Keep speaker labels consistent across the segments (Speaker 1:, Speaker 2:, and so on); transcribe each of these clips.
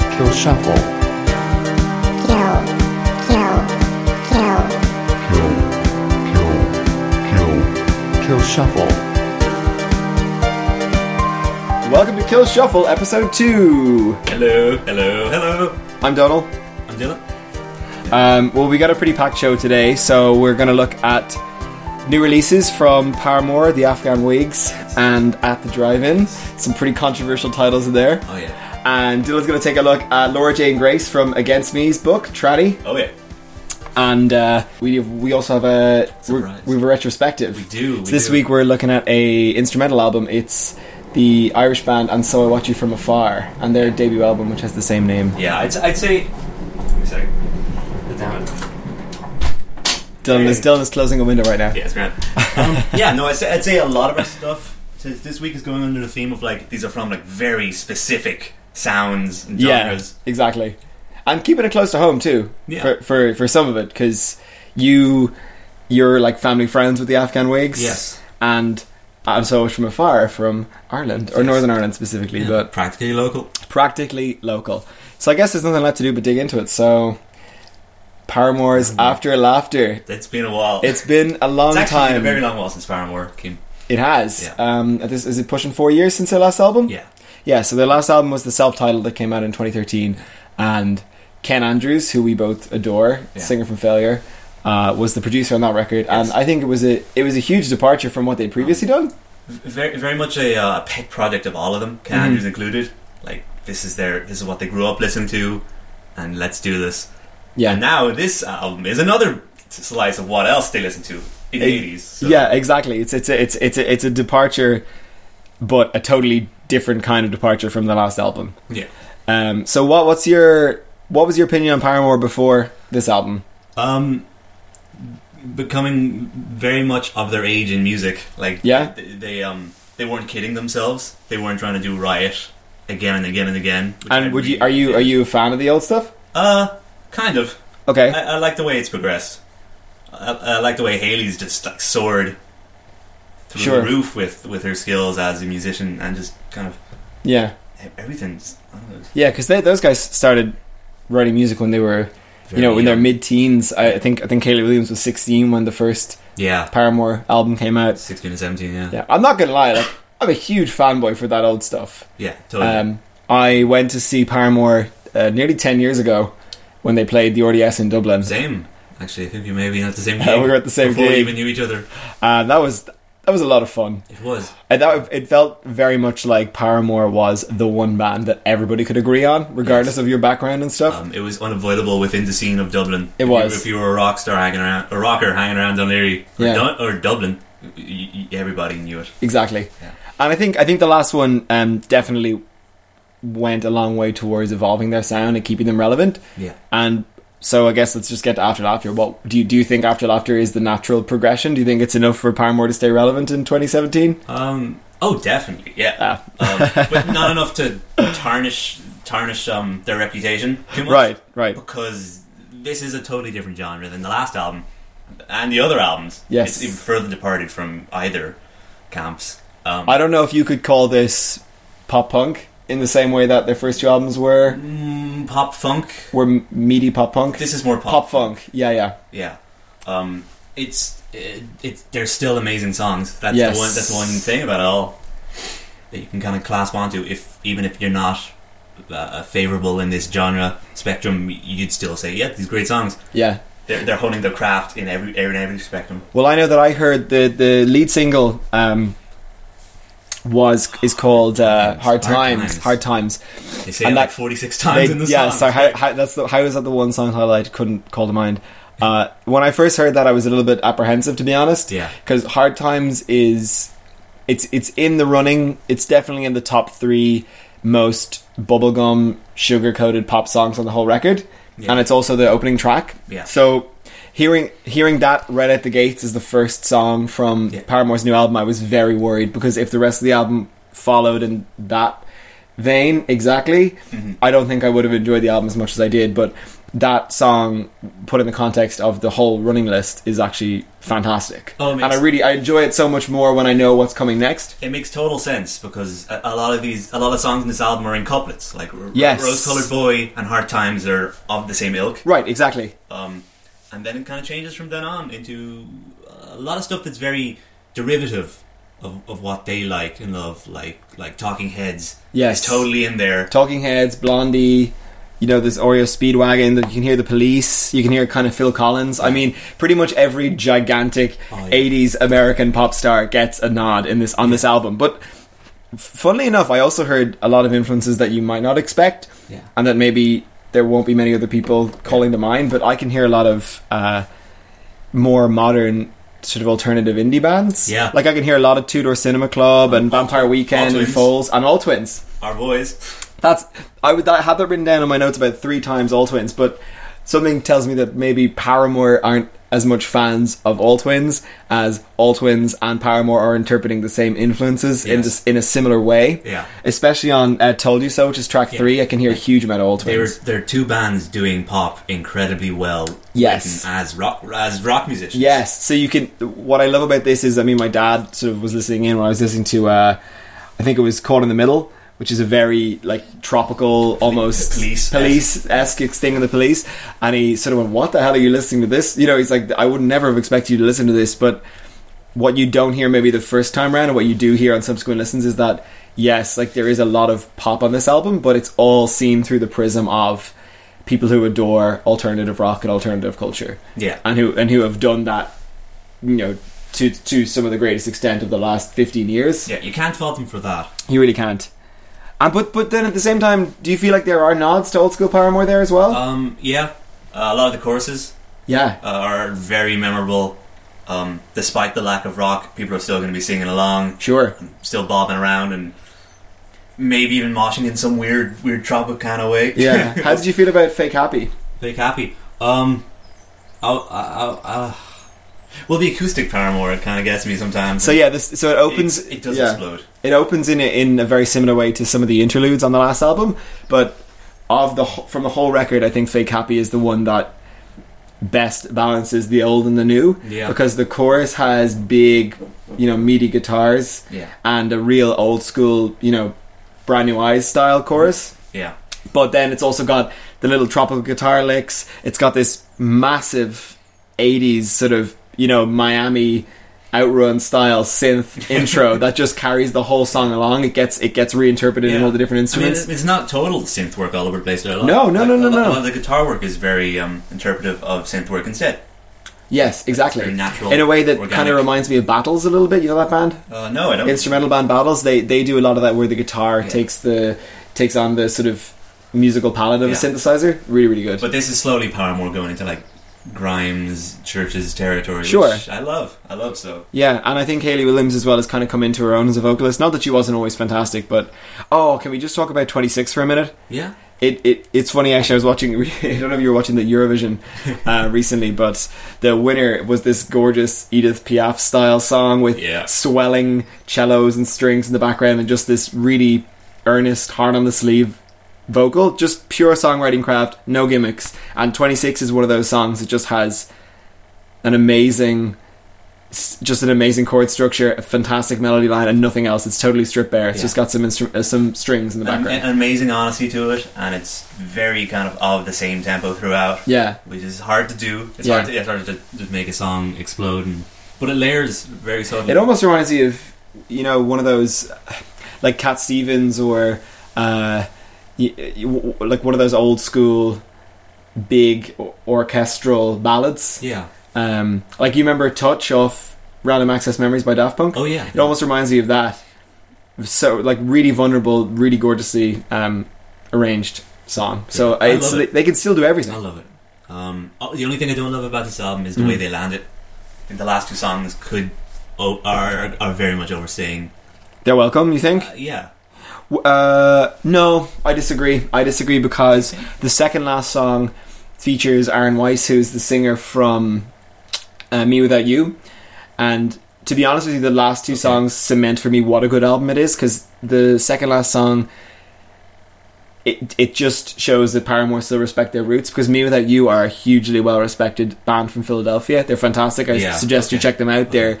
Speaker 1: shuffle.
Speaker 2: kill, kill, kill,
Speaker 3: kill, kill, kill,
Speaker 1: Kill shuffle.
Speaker 4: Welcome to Kill Shuffle, episode two.
Speaker 5: Hello, hello, hello.
Speaker 4: I'm Donald.
Speaker 5: I'm Dylan.
Speaker 4: Um, well, we got a pretty packed show today, so we're going to look at new releases from Paramore, the Afghan Wigs, and At the Drive-In. Some pretty controversial titles in there.
Speaker 5: Oh yeah.
Speaker 4: And Dylan's going to take a look at Laura Jane Grace from Against Me's book, Traddy,
Speaker 5: Oh yeah.
Speaker 4: and uh, we we also have a we're,
Speaker 5: Surprise.
Speaker 4: we have a retrospective. We
Speaker 5: do, we
Speaker 4: so this
Speaker 5: do.
Speaker 4: week we're looking at a instrumental album. It's the Irish band and So I Watch You From Afar, and their debut album, which has the same name.
Speaker 5: Yeah, I'd, I'd say. Give me a second. Damn it.
Speaker 4: Dylan is Dylan is closing a window right now.
Speaker 5: Yeah, it's grand. Um, yeah, no, I'd say, I'd say a lot of our stuff t- this week is going under the theme of like these are from like very specific sounds and
Speaker 4: Yeah,
Speaker 5: genres.
Speaker 4: exactly. And keeping it close to home too.
Speaker 5: Yeah.
Speaker 4: For for, for some of it, because you you're like family friends with the Afghan Whigs.
Speaker 5: Yes.
Speaker 4: And I'm so much from afar, from Ireland or
Speaker 5: Yes.
Speaker 4: Northern Ireland specifically, but
Speaker 5: practically local.
Speaker 4: practically local. So I guess there's nothing left to do but dig into it. So Paramore's
Speaker 5: Mm-hmm.
Speaker 4: After Laughter.
Speaker 5: It's been a while.
Speaker 4: It's been a long
Speaker 5: It's actually
Speaker 4: time.
Speaker 5: been a very long while since Paramore came.
Speaker 4: it has.
Speaker 5: Yeah.
Speaker 4: Um, at this, is it pushing four years since their last album?
Speaker 5: Yeah.
Speaker 4: Yeah, so their last album was the self-titled that came out in 2013, and Ken Andrews, who we both adore,
Speaker 5: Yeah.
Speaker 4: singer from Failure, uh, was the producer on that record,
Speaker 5: Yes. Um,
Speaker 4: and I think it was a it was a huge departure from what they'd previously done.
Speaker 5: very, very much a uh, pet project of all of them,
Speaker 4: Mm-hmm.
Speaker 5: Ken Andrews included. Like this is their, this is what they grew up listening to, and let's do this.
Speaker 4: Yeah,
Speaker 5: And now this album is another slice of what else they listened to in the
Speaker 4: It-
Speaker 5: eighties.
Speaker 4: yeah, exactly. It's it's a, it's it's a, it's a departure, but a totally different kind of departure from the last album.
Speaker 5: yeah.
Speaker 4: Um, so what what's your what was your opinion on Paramore before this album?
Speaker 5: Um, becoming very much of their age in music. Like
Speaker 4: Yeah.
Speaker 5: they, they um they weren't kidding themselves. They weren't trying to do riot again and again and again. which I
Speaker 4: And would you
Speaker 5: really-
Speaker 4: are you are you a fan of the old stuff?
Speaker 5: uh kind of?
Speaker 4: Okay,
Speaker 5: I, I like the way it's progressed. I, I like the way Haley's just like soared through
Speaker 4: Sure.
Speaker 5: the roof with with her skills as a musician and just kind of
Speaker 4: yeah.
Speaker 5: everything's. I don't know, it's
Speaker 4: Yeah, because those guys started writing music when they were, you know,
Speaker 5: very,
Speaker 4: in their
Speaker 5: uh,
Speaker 4: mid-teens. I I think I think Kaylee Williams was 16 when the first
Speaker 5: yeah
Speaker 4: Paramore album came out.
Speaker 5: sixteen and seventeen. Yeah, yeah,
Speaker 4: Yeah, I'm not gonna lie, like, I'm a huge fanboy for that old stuff.
Speaker 5: totally.
Speaker 4: Um, I went to see Paramore uh, nearly 10 years ago when they played the RDS in Dublin.
Speaker 5: same. Actually, I think we may be at the same.
Speaker 4: Yeah, we
Speaker 5: gig
Speaker 4: were at the same
Speaker 5: before
Speaker 4: gig.
Speaker 5: we even knew each other.
Speaker 4: Uh, that was that was a lot of fun.
Speaker 5: It was.
Speaker 4: I thought it felt very much like Paramore was the one band that everybody could agree on, regardless of your background and stuff.
Speaker 5: Um, it was unavoidable within the scene of Dublin.
Speaker 4: It
Speaker 5: If you-
Speaker 4: was.
Speaker 5: if you were a rock star hanging around, a rocker hanging around Dunleary or,
Speaker 4: Yeah.
Speaker 5: Dun- or Dublin, y- y- everybody knew it.
Speaker 4: Exactly.
Speaker 5: Yeah.
Speaker 4: And I think I think the last one um, definitely went a long way towards evolving their sound and keeping them relevant.
Speaker 5: Yeah.
Speaker 4: And so I guess let's just get to After Laughter. What do you do you think After Laughter is the natural progression? Do you think it's enough for Paramore to stay relevant in 2017?
Speaker 5: Um. Oh, definitely. Yeah.
Speaker 4: Ah.
Speaker 5: um, but not enough to tarnish tarnish um, their reputation too much.
Speaker 4: Right, right.
Speaker 5: Because this is a totally different genre than the last album and the other albums.
Speaker 4: Yes.
Speaker 5: It's even further departed from either camps. Um,
Speaker 4: I don't know if you could call this pop punk in the same way that their first two albums were
Speaker 5: mm, pop funk.
Speaker 4: were m- meaty pop punk.
Speaker 5: This is more pop,
Speaker 4: pop funk. Yeah, yeah.
Speaker 5: Yeah, um, it's it, it's they're still amazing songs. That's
Speaker 4: Yes.
Speaker 5: the one. That's the one thing about it all that you can kind of clasp onto. If even if you're not uh, favorable in this genre spectrum, you'd still say, "Yeah, these great songs."
Speaker 4: Yeah.
Speaker 5: They're they're honing their craft in every in every spectrum.
Speaker 4: Well, I know that I heard the the lead single um, was is called uh,
Speaker 5: Hard
Speaker 4: "Hard Times."
Speaker 5: Times.
Speaker 4: Hard Times.
Speaker 5: They say
Speaker 4: And
Speaker 5: it like
Speaker 4: that-
Speaker 5: forty six times
Speaker 4: They-
Speaker 5: in the
Speaker 4: yeah,
Speaker 5: song.
Speaker 4: sorry. How, how, that's the, how is that the one song highlight? Couldn't call to mind. Uh, when I first heard that, I was a little bit apprehensive, to be honest.
Speaker 5: Yeah.
Speaker 4: because "Hard Times" is it's it's in the running. It's definitely in the top three most bubblegum sugar coated pop songs on the whole record,
Speaker 5: Yeah.
Speaker 4: and it's also the opening track.
Speaker 5: Yeah.
Speaker 4: So hearing hearing that right at the gates is the first song from
Speaker 5: Yeah.
Speaker 4: Paramore's new album. I was very worried because if the rest of the album followed in
Speaker 5: Mm-hmm.
Speaker 4: that vein exactly, I don't think I would have enjoyed the album as much as I did. But that song put in the context of the whole running list is actually fantastic.
Speaker 5: Oh, it
Speaker 4: and
Speaker 5: makes-
Speaker 4: I really I enjoy it so much more when I know what's coming next.
Speaker 5: It makes total sense because a, a lot of these, a lot of songs in this album are in couplets. Like R-
Speaker 4: Yes.
Speaker 5: "Rose-Colored Boy" and "Hard Times" are of the same ilk.
Speaker 4: Right, exactly.
Speaker 5: Um, and then it kind of changes from then on into a lot of stuff that's very derivative of, of what they like and love, like like Talking Heads.
Speaker 4: Yes.
Speaker 5: is totally in there.
Speaker 4: Talking Heads, Blondie, you know, this Oreo Speedwagon, that you can hear the police, you can hear kind of Phil Collins. I mean, pretty much every gigantic
Speaker 5: Oh, yeah.
Speaker 4: 80s American pop star gets a nod in this on this album. But funnily enough, I also heard a lot of influences that you might not expect
Speaker 5: Yeah.
Speaker 4: and that maybe there won't be many other people calling to mind, but I can hear a lot of uh, more modern sort of alternative indie bands.
Speaker 5: Yeah.
Speaker 4: Like I can hear a lot of Tudor Cinema Club and Vampire Weekend and
Speaker 5: Twins.
Speaker 4: Foals and All Twins.
Speaker 5: Our boys.
Speaker 4: That's I would I had that written down in my notes about three times all twins, but something tells me that maybe Paramore aren't as much fans of all twins as all twins and Paramore are interpreting the same influences in
Speaker 5: Yes.
Speaker 4: this in a similar way.
Speaker 5: Yeah.
Speaker 4: especially on uh, "Told You So," which is track three. I can hear a huge amount of all
Speaker 5: They were
Speaker 4: twins.
Speaker 5: they're two bands doing pop incredibly well.
Speaker 4: Yes.
Speaker 5: written as rock as rock musicians.
Speaker 4: Yes, so you can. What I love about this is, I mean, my dad sort of was listening in when I was listening to, uh, I think it was "Caught in the Middle," which is a very like tropical, almost
Speaker 5: police-esque.
Speaker 4: police-esque thing in the police, and he sort of went, "What the hell are you listening to this?" You know, he's like, "I would never have expected you to listen to this," but what you don't hear maybe the first time around and what you do hear on subsequent listens is that yes like there is a lot of pop on this album but it's all seen through the prism of people who adore alternative rock and alternative culture
Speaker 5: Yeah.
Speaker 4: and who and who have done that you know to to some of the greatest extent of the last 15 years
Speaker 5: Yeah, you can't fault them for that.
Speaker 4: you really can't and but but then at the same time do you feel like there are nods to old school paramore there as well
Speaker 5: Um, yeah, uh, a lot of the choruses
Speaker 4: yeah
Speaker 5: uh, are very memorable. Um, despite the lack of rock, people are still going to be singing along,
Speaker 4: sure
Speaker 5: still bobbing around, and maybe even moshing in some weird, weird tropic kind of way.
Speaker 4: yeah how did you feel about fake happy
Speaker 5: Big happy. Um, I, I, I, I, well, the acoustic Paramore it kind of gets me sometimes.
Speaker 4: so yeah this so it
Speaker 5: It-
Speaker 4: opens
Speaker 5: it, does
Speaker 4: yeah.
Speaker 5: explode.
Speaker 4: it opens in a, in a very similar way to some of the interludes on the last album, but of the wh- from the whole record, I think Fake Happy is the one that best balances the old and the new
Speaker 5: Yeah.
Speaker 4: because the chorus has big, you know, meaty guitars
Speaker 5: Yeah.
Speaker 4: and a real old school, you know, brand new eyes style chorus
Speaker 5: Yeah,
Speaker 4: but then it's also got the little tropical guitar licks. It's got this massive 80s sort of, you know, Miami outrun style synth intro that just carries the whole song along. It gets it gets reinterpreted in
Speaker 5: Yeah.
Speaker 4: all the different
Speaker 5: I mean,
Speaker 4: instruments.
Speaker 5: it- it's not total synth work all over the place. There are a lot-
Speaker 4: No, no,
Speaker 5: like,
Speaker 4: no,
Speaker 5: a
Speaker 4: no,
Speaker 5: lot-
Speaker 4: no.
Speaker 5: a lot of the guitar work is very um, interpretive of synth work instead.
Speaker 4: yes, exactly.
Speaker 5: very natural,
Speaker 4: in a way that
Speaker 5: organic.
Speaker 4: kind of reminds me of Battles a little bit. You know that band?
Speaker 5: Uh, no, I don't.
Speaker 4: Instrumental band Battles. They they do a lot of that where the guitar
Speaker 5: Yeah.
Speaker 4: takes the takes on the sort of musical palette of
Speaker 5: Yeah.
Speaker 4: a synthesizer. Really, really good.
Speaker 5: but this is slowly Paramore going into like Grimes Church's territory. which
Speaker 4: Sure.
Speaker 5: I love. I love so.
Speaker 4: Yeah, and I think Haley Williams as well has kind of come into her own as a vocalist. Not that she wasn't always fantastic, but oh, can we just talk about 26 for a minute?
Speaker 5: Yeah,
Speaker 4: It, it it's funny actually. I was watching. I don't know if you were watching the Eurovision uh, recently, but the winner was this gorgeous Edith Piaf style song with
Speaker 5: Yeah.
Speaker 4: swelling cellos and strings in the background, and just this really earnest, hard on the sleeve vocal. Just pure songwriting craft, no gimmicks. And 26 is one of those songs that just has an amazing s- just an amazing chord structure, a fantastic melody line, and nothing else. It's totally stripped bare. It's
Speaker 5: Yeah.
Speaker 4: just got some instru- uh, some strings in the
Speaker 5: an,
Speaker 4: background.
Speaker 5: an amazing honesty to it, and it's very kind of of the same tempo throughout,
Speaker 4: yeah,
Speaker 5: which is hard to do. It's
Speaker 4: Yeah.
Speaker 5: hard to it's hard to just make a song explode, and, but it layers very subtly.
Speaker 4: it almost reminds me of you know one of those like Cat Stevens or uh, y- y- w- w- like one of those old school big o- orchestral ballads.
Speaker 5: yeah.
Speaker 4: Um, like you remember "Touch" off Random Access Memories by Daft Punk.
Speaker 5: Oh yeah.
Speaker 4: It almost reminds me of that. So like really vulnerable, really gorgeously um, arranged song. So
Speaker 5: I
Speaker 4: it's,
Speaker 5: love it.
Speaker 4: they can still do
Speaker 5: I
Speaker 4: everything.
Speaker 5: love it. Um, oh, the only thing I don't love about this album is the
Speaker 4: Mm.
Speaker 5: way they land it. I think the last two songs could oh, are are very much overstaying.
Speaker 4: They're welcome, you think?
Speaker 5: Uh, yeah,
Speaker 4: W- Uh, no, I disagree. I disagree because the second last song features Aaron Weiss, who's the singer from uh, Me Without You. And to be honest with you, the last two songs cement for me what a good album it is because the second last song it it just shows that Paramore still respect their roots because Me Without You are a hugely well respected band from Philadelphia. They're fantastic. I
Speaker 5: Yeah,
Speaker 4: suggest you
Speaker 5: okay.
Speaker 4: check them out. They're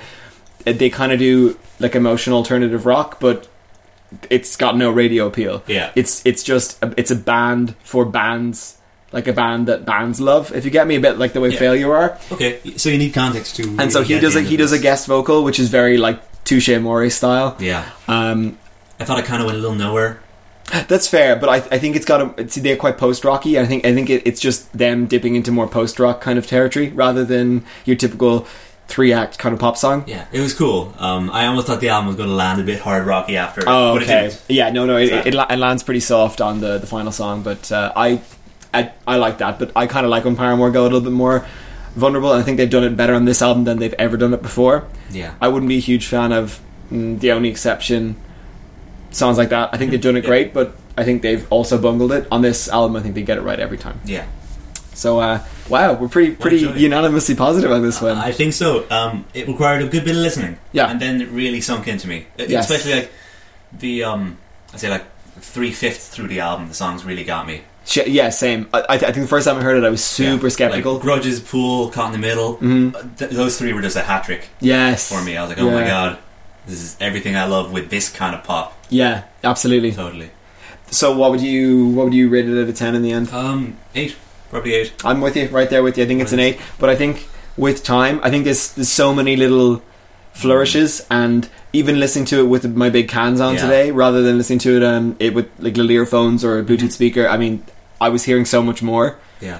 Speaker 4: uh, they kind of do like emotional alternative rock, but it's got no radio appeal.
Speaker 5: Yeah.
Speaker 4: It's it's just a, it's a band for bands, like a band that bands love. If you get me a bit like the way
Speaker 5: Yeah.
Speaker 4: Failure are.
Speaker 5: Okay, so you need context to.
Speaker 4: And so he does a, he does a guest vocal, which is very like Touche Mori style.
Speaker 5: Yeah,
Speaker 4: Um,
Speaker 5: I thought it kind of went a little nowhere.
Speaker 4: that's fair, but I, I think it's got a, see they're quite post rocky. I think I think it, it's just them dipping into more post rock kind of territory rather than your typical three act kind of pop song.
Speaker 5: Yeah, it was cool. Um, I almost thought the album was going to land a bit hard rocky after. it,
Speaker 4: Oh,
Speaker 5: but it
Speaker 4: okay.
Speaker 5: didn't.
Speaker 4: Yeah, no, no, it,
Speaker 5: Sorry.
Speaker 4: it, la- it lands pretty soft on the, the final song, but uh, I, I I like that. But I kind of like when Paramore go a little bit more vulnerable, and I think they've done it better on this album than they've ever done it before.
Speaker 5: Yeah.
Speaker 4: I wouldn't be a huge fan of mm, the only exception. Songs like that. I think they've done it
Speaker 5: Yeah.
Speaker 4: great, but I think they've also bungled it on this album. I think they get it right every time.
Speaker 5: yeah.
Speaker 4: So uh, wow, we're pretty pretty
Speaker 5: joy.
Speaker 4: unanimously positive on this one.
Speaker 5: I think so. Um, it required a good bit of listening.
Speaker 4: Yeah.
Speaker 5: And then it really sunk into me. E-
Speaker 4: Yes.
Speaker 5: Especially like the um I say like three fifths through the album the songs really got me.
Speaker 4: Sh- yeah, same. I, I, th- I think the first time I heard it, I was super
Speaker 5: Yeah.
Speaker 4: skeptical.
Speaker 5: Like, Grudges, Pool, Caught in the Middle.
Speaker 4: Mhm.
Speaker 5: Uh, Th- those three were just a hat trick
Speaker 4: yes,
Speaker 5: for me. I was like, Oh my
Speaker 4: Yeah.
Speaker 5: god, this is everything I love with this kind of pop.
Speaker 4: Yeah, absolutely.
Speaker 5: Totally.
Speaker 4: So what would you what would you rate it out of ten in the end?
Speaker 5: Um eight. Probably eight.
Speaker 4: I'm with you, right there with you. I think it's an eight, but I think with time, I think there's there's so many little flourishes, and even listening to it with my big cans on
Speaker 5: Mm. Yeah.
Speaker 4: today, rather than listening to it um it with like little earphones or a
Speaker 5: Mm-hmm.
Speaker 4: Bluetooth speaker. I mean, I was hearing so much more.
Speaker 5: Yeah.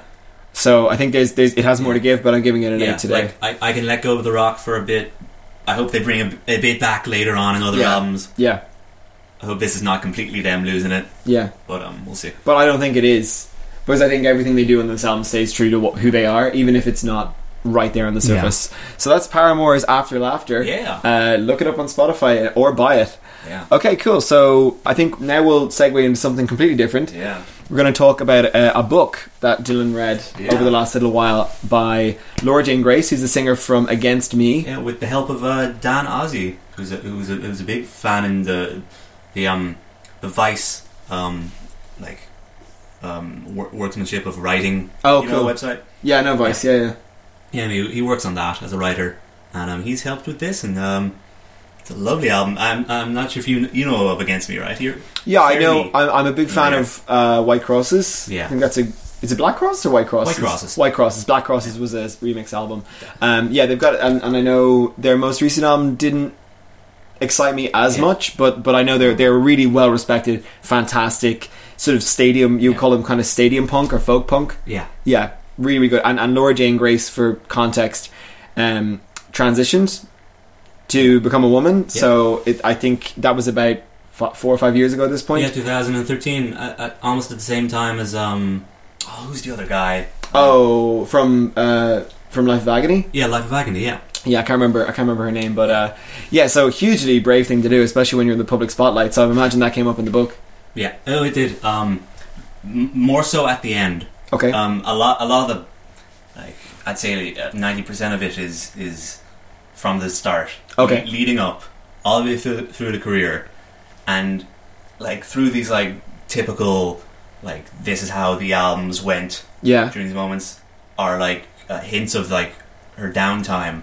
Speaker 4: So I think there's there's it has more to give, but I'm giving it an
Speaker 5: yeah,
Speaker 4: eight today.
Speaker 5: Like I, I can let go of the rock for a bit. I hope they bring a, a bit back later on in other
Speaker 4: Yeah.
Speaker 5: albums.
Speaker 4: yeah,
Speaker 5: I hope this is not completely them losing it,
Speaker 4: yeah,
Speaker 5: but um, we'll see.
Speaker 4: but I don't think it is because I think everything they do in this album stays true to what, who they are, even if it's not right there on the
Speaker 5: Yeah.
Speaker 4: surface. So that's Paramore's After Laughter.
Speaker 5: Yeah.
Speaker 4: Uh, look it up on Spotify or buy it.
Speaker 5: Yeah.
Speaker 4: Okay, cool. So I think now we'll segue into something completely different.
Speaker 5: Yeah.
Speaker 4: We're going to talk about uh, a, a book that Dylan read
Speaker 5: Yeah.
Speaker 4: over the last little while by Laura Jane Grace, who's the singer from Against Me.
Speaker 5: Yeah, with the help of uh, Dan Ozzie, who's a, who's a, who's a big fan in the the um the Vice um like um wor- workmanship of writing.
Speaker 4: Oh,
Speaker 5: you know,
Speaker 4: cool.
Speaker 5: website.
Speaker 4: Yeah, no voice. Yeah, yeah.
Speaker 5: Yeah, he, he works on that as a writer, and um, he's helped with this, and um, it's a lovely album. I'm I'm not sure if you you know of Against Me, right? Here.
Speaker 4: Yeah, I know.
Speaker 5: Fairly-
Speaker 4: I'm, I'm a big fan
Speaker 5: Yeah.
Speaker 4: of uh, White Crosses.
Speaker 5: Yeah.
Speaker 4: I think that's a. Is it Black Crosses or White Crosses?
Speaker 5: White Crosses.
Speaker 4: White Crosses. Black Crosses was a remix album. Um, yeah, they've got, and, and I know their most recent album didn't excite me as
Speaker 5: Yeah.
Speaker 4: much, but but I know they're they're really well respected, fantastic sort of stadium. You would
Speaker 5: Yeah.
Speaker 4: call them kind of stadium punk or folk punk.
Speaker 5: Yeah.
Speaker 4: Yeah, really, really good. And, and Laura Jane Grace, for context, um, transitioned to become a woman. So it, I think that was about f- four or five years ago at this point.
Speaker 5: Yeah, 2013, uh, uh, almost at the same time as um, oh, who's the other guy?
Speaker 4: Oh, from uh, from Life of Agony.
Speaker 5: Yeah, Life of Agony. Yeah,
Speaker 4: Yeah, I can't remember. I can't remember her name, but uh, yeah. So hugely brave thing to do, especially when you're in the public spotlight. So I imagine that came up in the book.
Speaker 5: yeah. Oh, it did. Um, m- more so at the end.
Speaker 4: Okay.
Speaker 5: Um, a lot, a lot of the, like, I'd say uh, ninety percent of it is is from the start.
Speaker 4: Okay.
Speaker 5: Le- leading up all the way through, through the career, and like through these like typical like this is how the albums went
Speaker 4: yeah.
Speaker 5: during these moments are like uh, hints of like her downtime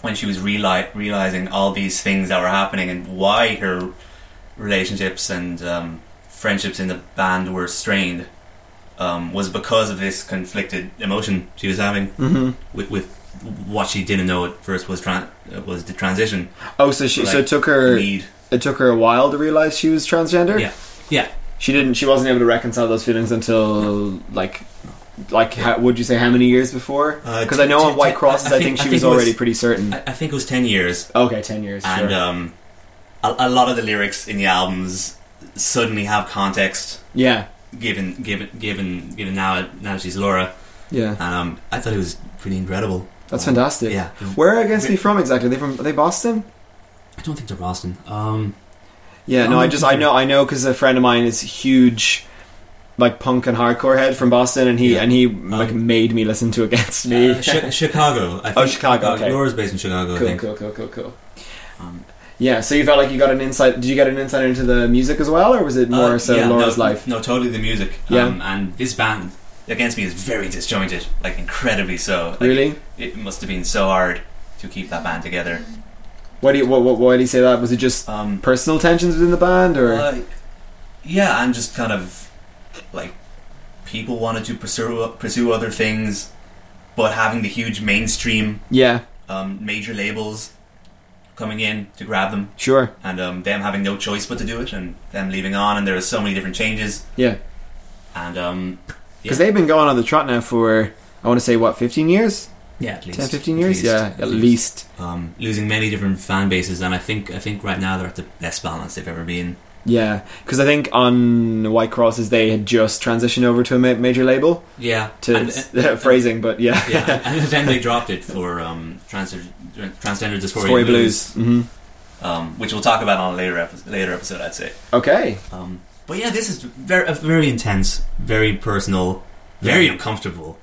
Speaker 5: when she was reali- realizing all these things that were happening and why her relationships and um, friendships in the band were strained um, was because of this conflicted emotion she was having
Speaker 4: Mm-hmm.
Speaker 5: with, with what she didn't know at first was tran- uh, was the transition
Speaker 4: Oh, so she so it
Speaker 5: like,
Speaker 4: took her
Speaker 5: lead
Speaker 4: it took her a while to realize she was transgender.
Speaker 5: yeah yeah
Speaker 4: She didn't. She wasn't able to reconcile those feelings until like. Like, how, would you say how many years before?
Speaker 5: Uh,
Speaker 4: Because
Speaker 5: t-
Speaker 4: I know
Speaker 5: t-
Speaker 4: on White
Speaker 5: t-
Speaker 4: Crosses,
Speaker 5: I
Speaker 4: I, think
Speaker 5: think-
Speaker 4: she
Speaker 5: I
Speaker 4: was
Speaker 5: think it was-
Speaker 4: already pretty certain.
Speaker 5: I, I think it was 10 years
Speaker 4: okay, ten years.
Speaker 5: and
Speaker 4: sure.
Speaker 5: um, a, a lot of the lyrics in the albums suddenly have context
Speaker 4: yeah,
Speaker 5: given given given given now now she's Laura
Speaker 4: yeah,
Speaker 5: and um, I thought it was pretty incredible.
Speaker 4: that's
Speaker 5: Um,
Speaker 4: fantastic.
Speaker 5: Yeah,
Speaker 4: Where are against me from exactly? Are they from? Are they Boston?
Speaker 5: I don't think they're Boston. Um,
Speaker 4: Yeah, no,
Speaker 5: Oh,
Speaker 4: I just I
Speaker 5: okay.
Speaker 4: know I know because a friend of mine is huge, like punk and hardcore head from Boston, and he
Speaker 5: Yeah.
Speaker 4: and he like
Speaker 5: Um,
Speaker 4: made me listen to Against Me.
Speaker 5: uh, Chi- Chicago. I think
Speaker 4: Oh, Chicago, okay.
Speaker 5: Laura's based in Chicago. I
Speaker 4: cool,
Speaker 5: think.
Speaker 4: cool, cool, cool, cool.
Speaker 5: Um,
Speaker 4: Yeah, so you felt like you got an insight. Did you get an insight into the music as well, or was it more
Speaker 5: Uh,
Speaker 4: so
Speaker 5: yeah,
Speaker 4: Laura's
Speaker 5: no,
Speaker 4: life?
Speaker 5: No, totally the music.
Speaker 4: Yeah.
Speaker 5: Um, and this band against me is very disjointed, like incredibly so. Like,
Speaker 4: Really?
Speaker 5: It must have been so hard to keep that band together.
Speaker 4: Why do you, what, what, why do you say that? Was it just
Speaker 5: Um,
Speaker 4: personal tensions within the band, or
Speaker 5: Uh, yeah, and just kind of like people wanted to pursue pursue other things, but having the huge mainstream
Speaker 4: yeah,
Speaker 5: um, major labels coming in to grab them,
Speaker 4: sure,
Speaker 5: and um, them having no choice but to do it, and them leaving on, and there are so many different changes,
Speaker 4: yeah,
Speaker 5: and um,
Speaker 4: because they've been going on the trot now for I want to say what fifteen years,
Speaker 5: yeah, at least
Speaker 4: 10, 15
Speaker 5: at
Speaker 4: years,
Speaker 5: least,
Speaker 4: yeah, at least,
Speaker 5: um, losing many different fan bases, and I think I think right now they're at the best balance they've ever been.
Speaker 4: yeah, because I think on White Crosses they had just transitioned over to a ma- major label
Speaker 5: Yeah, uh,
Speaker 4: to phrasing, but yeah,
Speaker 5: yeah, and then they dropped it for um, trans- transgender dysphoria
Speaker 4: Story
Speaker 5: blues,
Speaker 4: Blues. hmm
Speaker 5: um, which we'll talk about on a later epi- later episode, I'd say.
Speaker 4: Okay,
Speaker 5: Um, but yeah, this is very a very intense, very personal, very uncomfortable.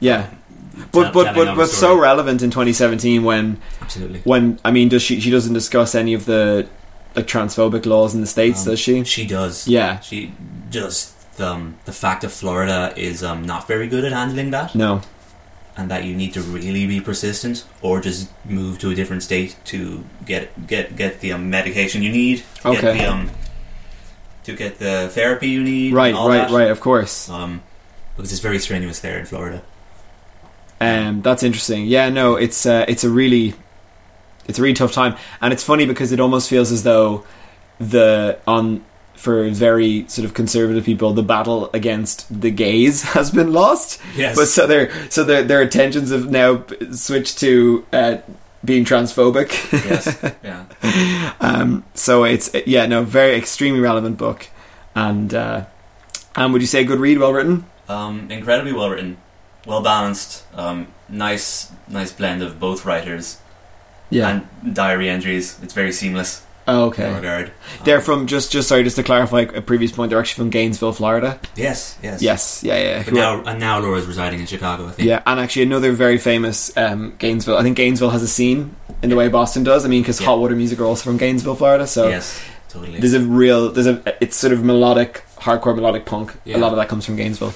Speaker 4: yeah. But
Speaker 5: Tell-
Speaker 4: but
Speaker 5: telling
Speaker 4: but,
Speaker 5: of a
Speaker 4: but so
Speaker 5: story.
Speaker 4: relevant in 2017 when
Speaker 5: Absolutely,
Speaker 4: when I mean does she she doesn't discuss any of the like transphobic laws in the states
Speaker 5: Um,
Speaker 4: does she?
Speaker 5: she does.
Speaker 4: Yeah.
Speaker 5: she just um, the fact that Florida is um, not very good at handling that,
Speaker 4: No.
Speaker 5: and that you need to really be persistent, or just move to a different state to get get get the um, medication you need. To
Speaker 4: Okay.
Speaker 5: Get the, um, to get the therapy you need. and
Speaker 4: Right,
Speaker 5: all
Speaker 4: right,
Speaker 5: that.
Speaker 4: right. Of course.
Speaker 5: um, because it's very strenuous there in Florida.
Speaker 4: Um, that's interesting. Yeah, no, it's uh, it's a really it's a really tough time, and it's funny because it almost feels as though the on for very sort of conservative people, the battle against the gays has been lost.
Speaker 5: Yes.
Speaker 4: But so their so their their attentions have now p- switched to uh, being transphobic.
Speaker 5: yes, yeah.
Speaker 4: um, so it's yeah, no, very extremely relevant book, and uh, and would you say good read, well written?
Speaker 5: Um, incredibly well written, well balanced. Um, nice, nice blend of both writers and diary entries. It's very seamless
Speaker 4: Oh,
Speaker 5: in that
Speaker 4: okay.
Speaker 5: regard. Um,
Speaker 4: They're from just just sorry, just to clarify a previous point. They're actually from Gainesville, Florida.
Speaker 5: Yes, yes,
Speaker 4: Yes, yeah, yeah.
Speaker 5: But
Speaker 4: who are-
Speaker 5: now, and now Laura's residing in Chicago. I think.
Speaker 4: yeah, and actually another very famous um, Gainesville. I think Gainesville has a scene in the way Boston does. I mean, because
Speaker 5: Yeah.
Speaker 4: Hot Water Music are also from Gainesville, Florida. So
Speaker 5: Yes. Totally.
Speaker 4: there's a real there's a it's sort of melodic hardcore melodic punk.
Speaker 5: Yeah.
Speaker 4: A lot of that comes from Gainesville.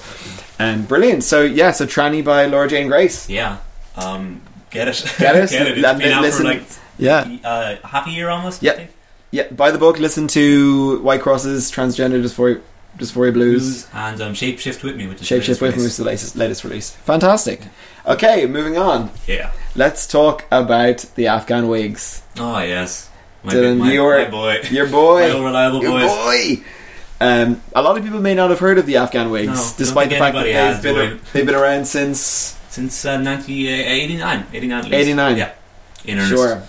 Speaker 4: And brilliant. So yeah, so Tranny by Laura Jane Grace.
Speaker 5: yeah. Um, get it.
Speaker 4: Get it?
Speaker 5: get it. It's
Speaker 4: Let-
Speaker 5: been out
Speaker 4: listen-
Speaker 5: for like
Speaker 4: Yeah,
Speaker 5: y- uh, half a year almost.
Speaker 4: Yeah.
Speaker 5: I think.
Speaker 4: yeah. Buy the book. Listen to White Crosses, Transgender Dysphoria, Dysphoria Blues.
Speaker 5: And um, shapeshift with me, which is the
Speaker 4: Shapeshift
Speaker 5: latest
Speaker 4: Whitman was
Speaker 5: release.
Speaker 4: the latest latest release. Fantastic. Okay, moving on.
Speaker 5: Yeah.
Speaker 4: Let's talk about the Afghan wigs.
Speaker 5: Oh yes. My,
Speaker 4: Dylan,
Speaker 5: big- my,
Speaker 4: you were-
Speaker 5: my boy.
Speaker 4: Your
Speaker 5: My old
Speaker 4: boy,
Speaker 5: reliable
Speaker 4: your
Speaker 5: boys.
Speaker 4: boy. Um, a lot of people may not have heard of the Afghan wigs,
Speaker 5: No, don't
Speaker 4: despite the
Speaker 5: think
Speaker 4: fact that
Speaker 5: anybody
Speaker 4: they've
Speaker 5: has,
Speaker 4: been,
Speaker 5: Dwayne.
Speaker 4: they've been around since
Speaker 5: since uh, 1989 89 at least.
Speaker 4: 89.
Speaker 5: yeah in earnest
Speaker 4: Sure.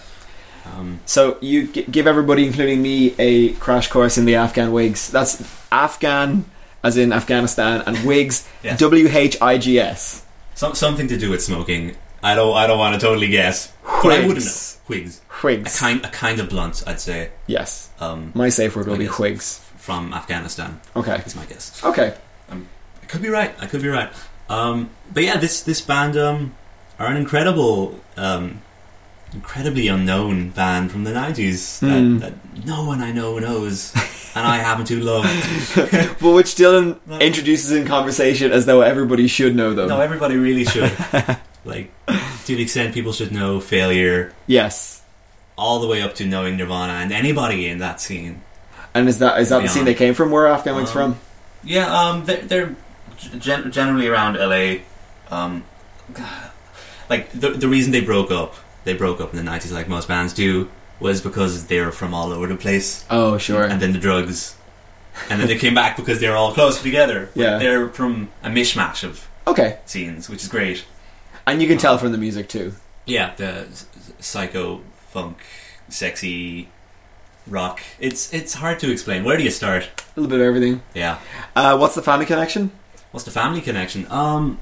Speaker 5: um,
Speaker 4: So you g- give everybody, including me, a crash course in the Afghan wigs. That's Afghan, as in Afghanistan, and wigs.
Speaker 5: Yeah.
Speaker 4: W H I G S.
Speaker 5: some, something to do with smoking I don't I don't want to totally guess but I wouldn't
Speaker 4: Whigs.
Speaker 5: know Whigs a
Speaker 4: Whigs.
Speaker 5: kind a kind of blunt I'd say
Speaker 4: Yes.
Speaker 5: um,
Speaker 4: My safe word will
Speaker 5: I
Speaker 4: be
Speaker 5: guess.
Speaker 4: whigs.
Speaker 5: from Afghanistan
Speaker 4: Okay.
Speaker 5: is my guess
Speaker 4: Okay.
Speaker 5: I could be right I could be right um, but yeah this this band um, are an incredible um, incredibly unknown band from the 90s that,
Speaker 4: Hmm.
Speaker 5: that no one I know knows and I happen to love
Speaker 4: But which Dylan
Speaker 5: No.
Speaker 4: introduces in conversation as though everybody should know them.
Speaker 5: no everybody really should like to the extent people should know failure
Speaker 4: yes.
Speaker 5: all the way up to knowing Nirvana and anybody in that scene.
Speaker 4: And is that is that the
Speaker 5: Beyond.
Speaker 4: scene they came from? Where Afghan wigs
Speaker 5: Um,
Speaker 4: from?
Speaker 5: Yeah, um, they're, they're gen- generally around LA. Um, like the the reason they broke up, they broke up in the nineties, like most bands do, was because they were from all over the place,
Speaker 4: Oh, sure.
Speaker 5: and then the drugs, and then they came back because they were all close together.
Speaker 4: Yeah.
Speaker 5: they're from a mishmash of
Speaker 4: okay.
Speaker 5: scenes, which is great.
Speaker 4: And you can tell from the music too.
Speaker 5: Yeah, the s- s- psycho funk, sexy rock. It's it's hard to explain. Where do you start?
Speaker 4: A little bit of everything.
Speaker 5: Yeah.
Speaker 4: Uh, what's the family connection?
Speaker 5: What's the family connection? Um,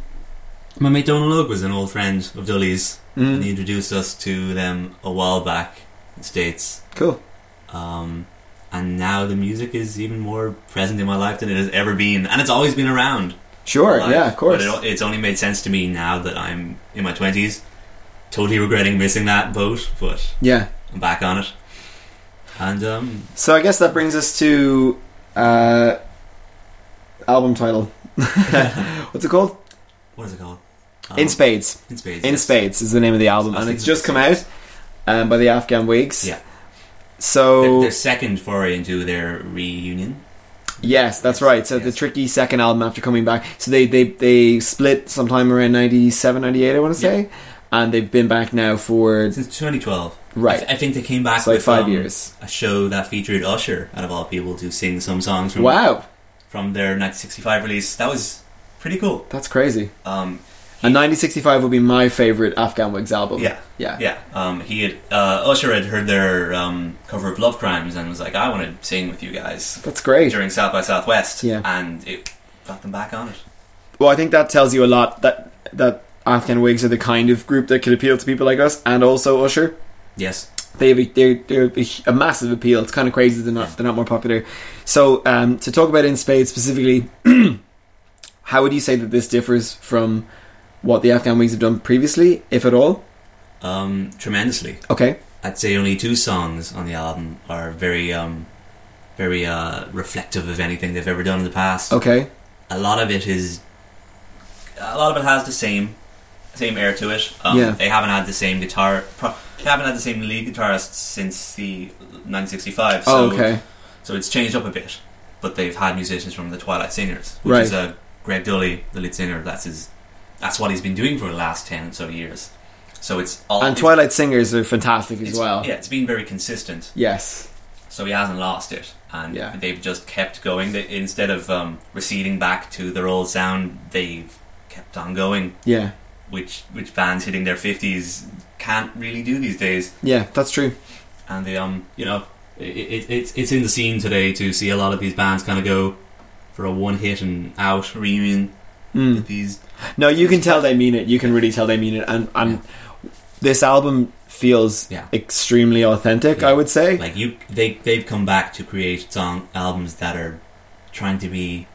Speaker 5: my mate Donald Lug was an old friend of Dully's,
Speaker 4: Mm.
Speaker 5: and he introduced us to them a while back in the States.
Speaker 4: Cool.
Speaker 5: Um, and now the music is even more present in my life than it has ever been, and it's always been around.
Speaker 4: Sure.
Speaker 5: my life,
Speaker 4: yeah. Of course.
Speaker 5: But it, o- it's only made sense to me now that I'm in my twenties. Totally regretting missing that boat, but
Speaker 4: yeah.
Speaker 5: I'm back on it. And um,
Speaker 4: So I guess that brings us to uh, album title. What's it called?
Speaker 5: what is it called? Um,
Speaker 4: In Spades.
Speaker 5: In Spades.
Speaker 4: In
Speaker 5: yes.
Speaker 4: Spades is the name of the album,
Speaker 5: I
Speaker 4: and
Speaker 5: think
Speaker 4: it's
Speaker 5: that's
Speaker 4: just come out um, by the Afghan Wigs.
Speaker 5: Yeah. Their,
Speaker 4: So
Speaker 5: their second foray into their reunion.
Speaker 4: yes, that's right. So the
Speaker 5: Yes.
Speaker 4: tricky second album after coming back. So they they they split sometime around 97, 98, I want to say, and they've been back now for
Speaker 5: Since 2012. I,
Speaker 4: right,
Speaker 5: th- I think they came back
Speaker 4: it's like
Speaker 5: with
Speaker 4: five
Speaker 5: um,
Speaker 4: years.
Speaker 5: a show that featured Usher, out of all people, to sing some songs from
Speaker 4: Wow,
Speaker 5: from their 1965 release. That was pretty cool.
Speaker 4: that's crazy.
Speaker 5: Um,
Speaker 4: And 1965 will be my favorite Afghan Wigs album.
Speaker 5: yeah,
Speaker 4: yeah,
Speaker 5: yeah. Um, he had uh, Usher had heard their um, cover of Love Crimes and was like, "I want to sing with you guys
Speaker 4: that's great.
Speaker 5: during South by Southwest,"
Speaker 4: Yeah.
Speaker 5: and it got them back on it.
Speaker 4: Well, I think that tells you a lot that that Afghan Whigs are the kind of group that could appeal to people like us, and also Usher.
Speaker 5: Yes,
Speaker 4: They have a, they're, they're a hu- a massive appeal. It's kind of crazy they're not they're not more popular. So um, to talk about In Spades specifically, how would you say that this differs from what the Afghan Whigs have done previously, if at all?
Speaker 5: um, tremendously.
Speaker 4: Okay,
Speaker 5: I'd say only two songs on the album are very, um, very uh, reflective of anything they've ever done in the past.
Speaker 4: okay,
Speaker 5: a lot of it is a lot of it has the same same air to it um,
Speaker 4: Yeah.
Speaker 5: they haven't had the same guitar pro- they haven't had the same lead guitarist since the 1965 so,
Speaker 4: oh, okay,
Speaker 5: so it's changed up a bit but they've had musicians from the Twilight Singers which
Speaker 4: Right.
Speaker 5: is uh, Greg Dooley the lead singer that's his that's what he's been doing for the last 10 or so years so it's all
Speaker 4: and
Speaker 5: it's-
Speaker 4: Twilight Singers are fantastic as
Speaker 5: it's-
Speaker 4: well.
Speaker 5: yeah it's been very consistent
Speaker 4: Yes,
Speaker 5: so he hasn't lost it, and
Speaker 4: Yeah.
Speaker 5: they've just kept going. They, instead of um, receding back to their old sound, they've kept on going,
Speaker 4: yeah,
Speaker 5: which which bands hitting their fifties can't really do these days.
Speaker 4: yeah, that's true.
Speaker 5: And they um, you know, it, it, it's it's in the scene today to see a lot of these bands kind of go for a one hit and out reunion.
Speaker 4: Mm.
Speaker 5: with These
Speaker 4: No, you can tell they mean it. You can really tell they mean it, and and this album feels
Speaker 5: Yeah.
Speaker 4: extremely authentic.
Speaker 5: Yeah.
Speaker 4: I would say
Speaker 5: like you, they they've come back to create song albums that are trying to be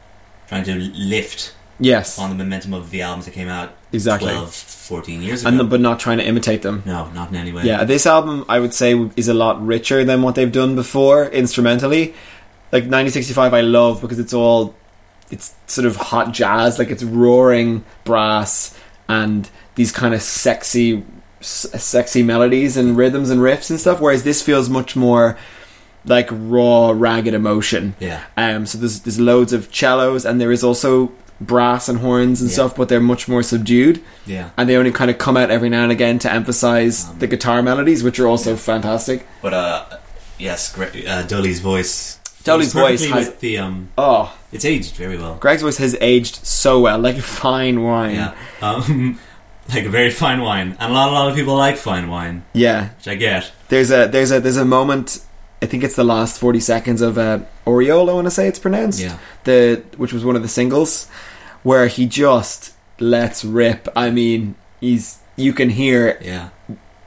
Speaker 5: trying to lift
Speaker 4: yes,
Speaker 5: on the momentum of the albums that came out
Speaker 4: exactly,
Speaker 5: 12, 14 years ago.
Speaker 4: and the, but not trying to imitate them.
Speaker 5: No, not in any way.
Speaker 4: Yeah, this album I would say is a lot richer than what they've done before instrumentally. Like 1965, I love because it's all it's sort of hot jazz, like it's roaring brass and these kind of sexy, s- sexy melodies and rhythms and riffs and stuff. Whereas this feels much more like raw, ragged emotion.
Speaker 5: Yeah.
Speaker 4: Um, so there's there's loads of cellos and there is also brass and horns and
Speaker 5: Yeah.
Speaker 4: stuff, but they're much more subdued
Speaker 5: Yeah.
Speaker 4: and they only kind of come out every now and again to emphasize
Speaker 5: Um,
Speaker 4: the guitar melodies, which are also fantastic.
Speaker 5: But uh yes, Gre- uh, Dolly's voice.
Speaker 4: Dolly's
Speaker 5: It's perfectly
Speaker 4: voice has-
Speaker 5: with the um
Speaker 4: Oh,
Speaker 5: it's aged very well.
Speaker 4: Greg's voice has aged so well, like fine wine.
Speaker 5: Yeah. Um like a very fine wine. And a lot a lot of people like fine wine,
Speaker 4: Yeah.
Speaker 5: which I get.
Speaker 4: There's a there's a there's a moment. I think it's the last forty seconds of uh, Oriole. I want to say it's pronounced.
Speaker 5: Yeah.
Speaker 4: The which was one of the singles where he just lets rip. I mean, he's you can hear
Speaker 5: Yeah.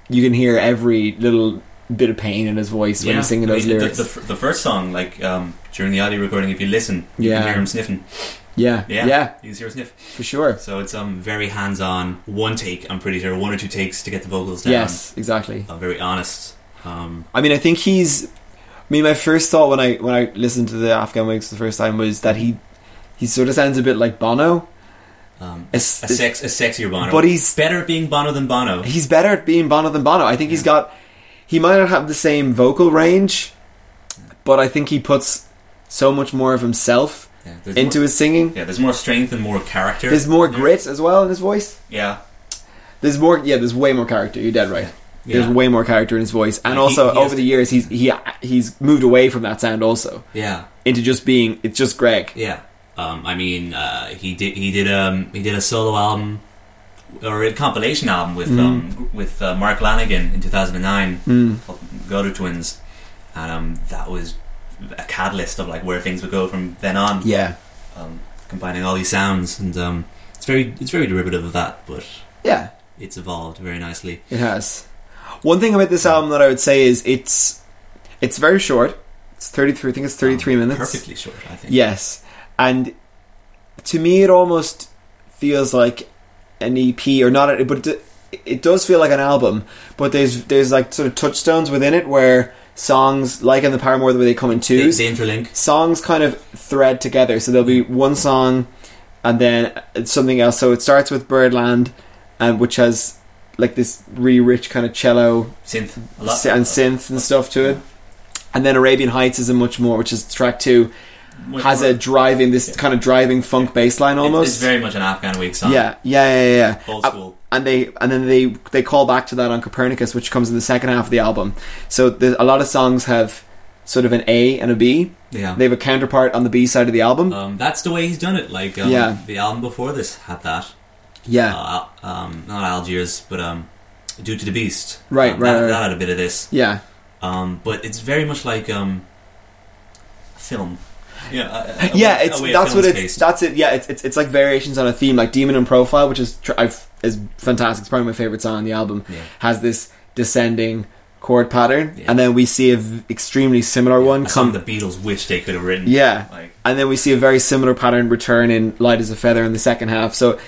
Speaker 4: you can hear every little bit of pain in his voice when
Speaker 5: yeah.
Speaker 4: he's singing those
Speaker 5: I mean, the-
Speaker 4: lyrics.
Speaker 5: The, the, the first song like um during the audio recording if you listen, you
Speaker 4: Yeah.
Speaker 5: can hear him sniffing.
Speaker 4: yeah,
Speaker 5: Yeah.
Speaker 4: yeah,
Speaker 5: You can hear him sniff.
Speaker 4: for sure.
Speaker 5: So it's um very hands-on, one take, I'm pretty sure, one or two takes to get the vocals down.
Speaker 4: Yes, exactly.
Speaker 5: Uh, very honest. Um
Speaker 4: I mean, I think he's. I mean, my first thought when I when I listened to the Afghan Wigs the first time was that he he sort of sounds a bit like Bono,
Speaker 5: um
Speaker 4: A
Speaker 5: a,
Speaker 4: s-
Speaker 5: sex, a sexier Bono,
Speaker 4: but he's
Speaker 5: better at being Bono than Bono.
Speaker 4: he's better at being Bono than Bono. I think he's got he might not have the same vocal range, but I think he puts so much more of himself
Speaker 5: Yeah, there's
Speaker 4: into
Speaker 5: more,
Speaker 4: his singing.
Speaker 5: yeah. There's more strength and more character.
Speaker 4: There's more grit as well in his voice.
Speaker 5: yeah,
Speaker 4: There's more, yeah. There's way more character. You're dead right.
Speaker 5: yeah,
Speaker 4: There's way more character in his voice, and
Speaker 5: Like, he-
Speaker 4: also
Speaker 5: he has-
Speaker 4: over the years he's he he's moved away from that sound also
Speaker 5: yeah,
Speaker 4: into just being it's just Greg.
Speaker 5: yeah. Um, I mean, uh, he did he did um he did a solo album or a compilation album with um with uh, Mark Lanigan in 2009
Speaker 4: Mm.
Speaker 5: called Go to Twins, and um that was a catalyst of like where things would go from then on.
Speaker 4: Yeah.
Speaker 5: Um, combining all these sounds and um it's very it's very derivative of that, but
Speaker 4: Yeah.
Speaker 5: it's evolved very nicely.
Speaker 4: It has. One thing about this album that I would say is it's it's very short. It's thirty three. I think it's thirty three
Speaker 5: Um,
Speaker 4: minutes.
Speaker 5: Perfectly short, I think.
Speaker 4: Yes, and to me it almost feels like an EP or not, a- but it, it does feel like an album. But there's there's like sort of touchstones within it where songs like in the Paramore the way they come in
Speaker 5: The,
Speaker 4: twos.
Speaker 5: the interlink.
Speaker 4: songs kind of thread together. So there'll be one song and then something else. So it starts with Birdland, um, which has like this really rich kind of cello
Speaker 5: Synth. A lot.
Speaker 4: and synth and stuff to it. And then Arabian Heights is a much more, which is track two,
Speaker 5: Much
Speaker 4: has
Speaker 5: more-
Speaker 4: a driving, this
Speaker 5: Yeah.
Speaker 4: kind of driving funk bass line
Speaker 5: It's-
Speaker 4: almost.
Speaker 5: It's very much an Afghan week song.
Speaker 4: yeah, yeah, yeah, yeah.
Speaker 5: Old
Speaker 4: Uh,
Speaker 5: school.
Speaker 4: and they and then they they call back to that on Copernicus, which comes in the second half of the album. So the, a lot of songs have sort of an A and a B.
Speaker 5: yeah.
Speaker 4: They have a counterpart on the B side of the album.
Speaker 5: um, that's the way he's done it. Like um,
Speaker 4: Yeah.
Speaker 5: the album before this had that.
Speaker 4: yeah,
Speaker 5: Uh, um, not Algiers, but um, Due to the Beast.
Speaker 4: Right,
Speaker 5: Um,
Speaker 4: right,
Speaker 5: that,
Speaker 4: right.
Speaker 5: that had a bit of this.
Speaker 4: yeah,
Speaker 5: Um, but it's very much like um, a film. Yeah, a- a- a
Speaker 4: yeah.
Speaker 5: way- a
Speaker 4: It's
Speaker 5: way of
Speaker 4: that's what
Speaker 5: film's
Speaker 4: it's
Speaker 5: based.
Speaker 4: that's it. Yeah, it's, it's it's like variations on a theme, like Demon and Profile, which is tr- I've, is fantastic. It's probably my favorite song on the album.
Speaker 5: Yeah.
Speaker 4: Has this descending chord pattern,
Speaker 5: Yeah.
Speaker 4: and then we see a v- extremely similar one
Speaker 5: A
Speaker 4: come
Speaker 5: song the Beatles wish they could have written.
Speaker 4: Yeah.
Speaker 5: like
Speaker 4: and then we see a very similar pattern return in Light as a Feather in the second half. So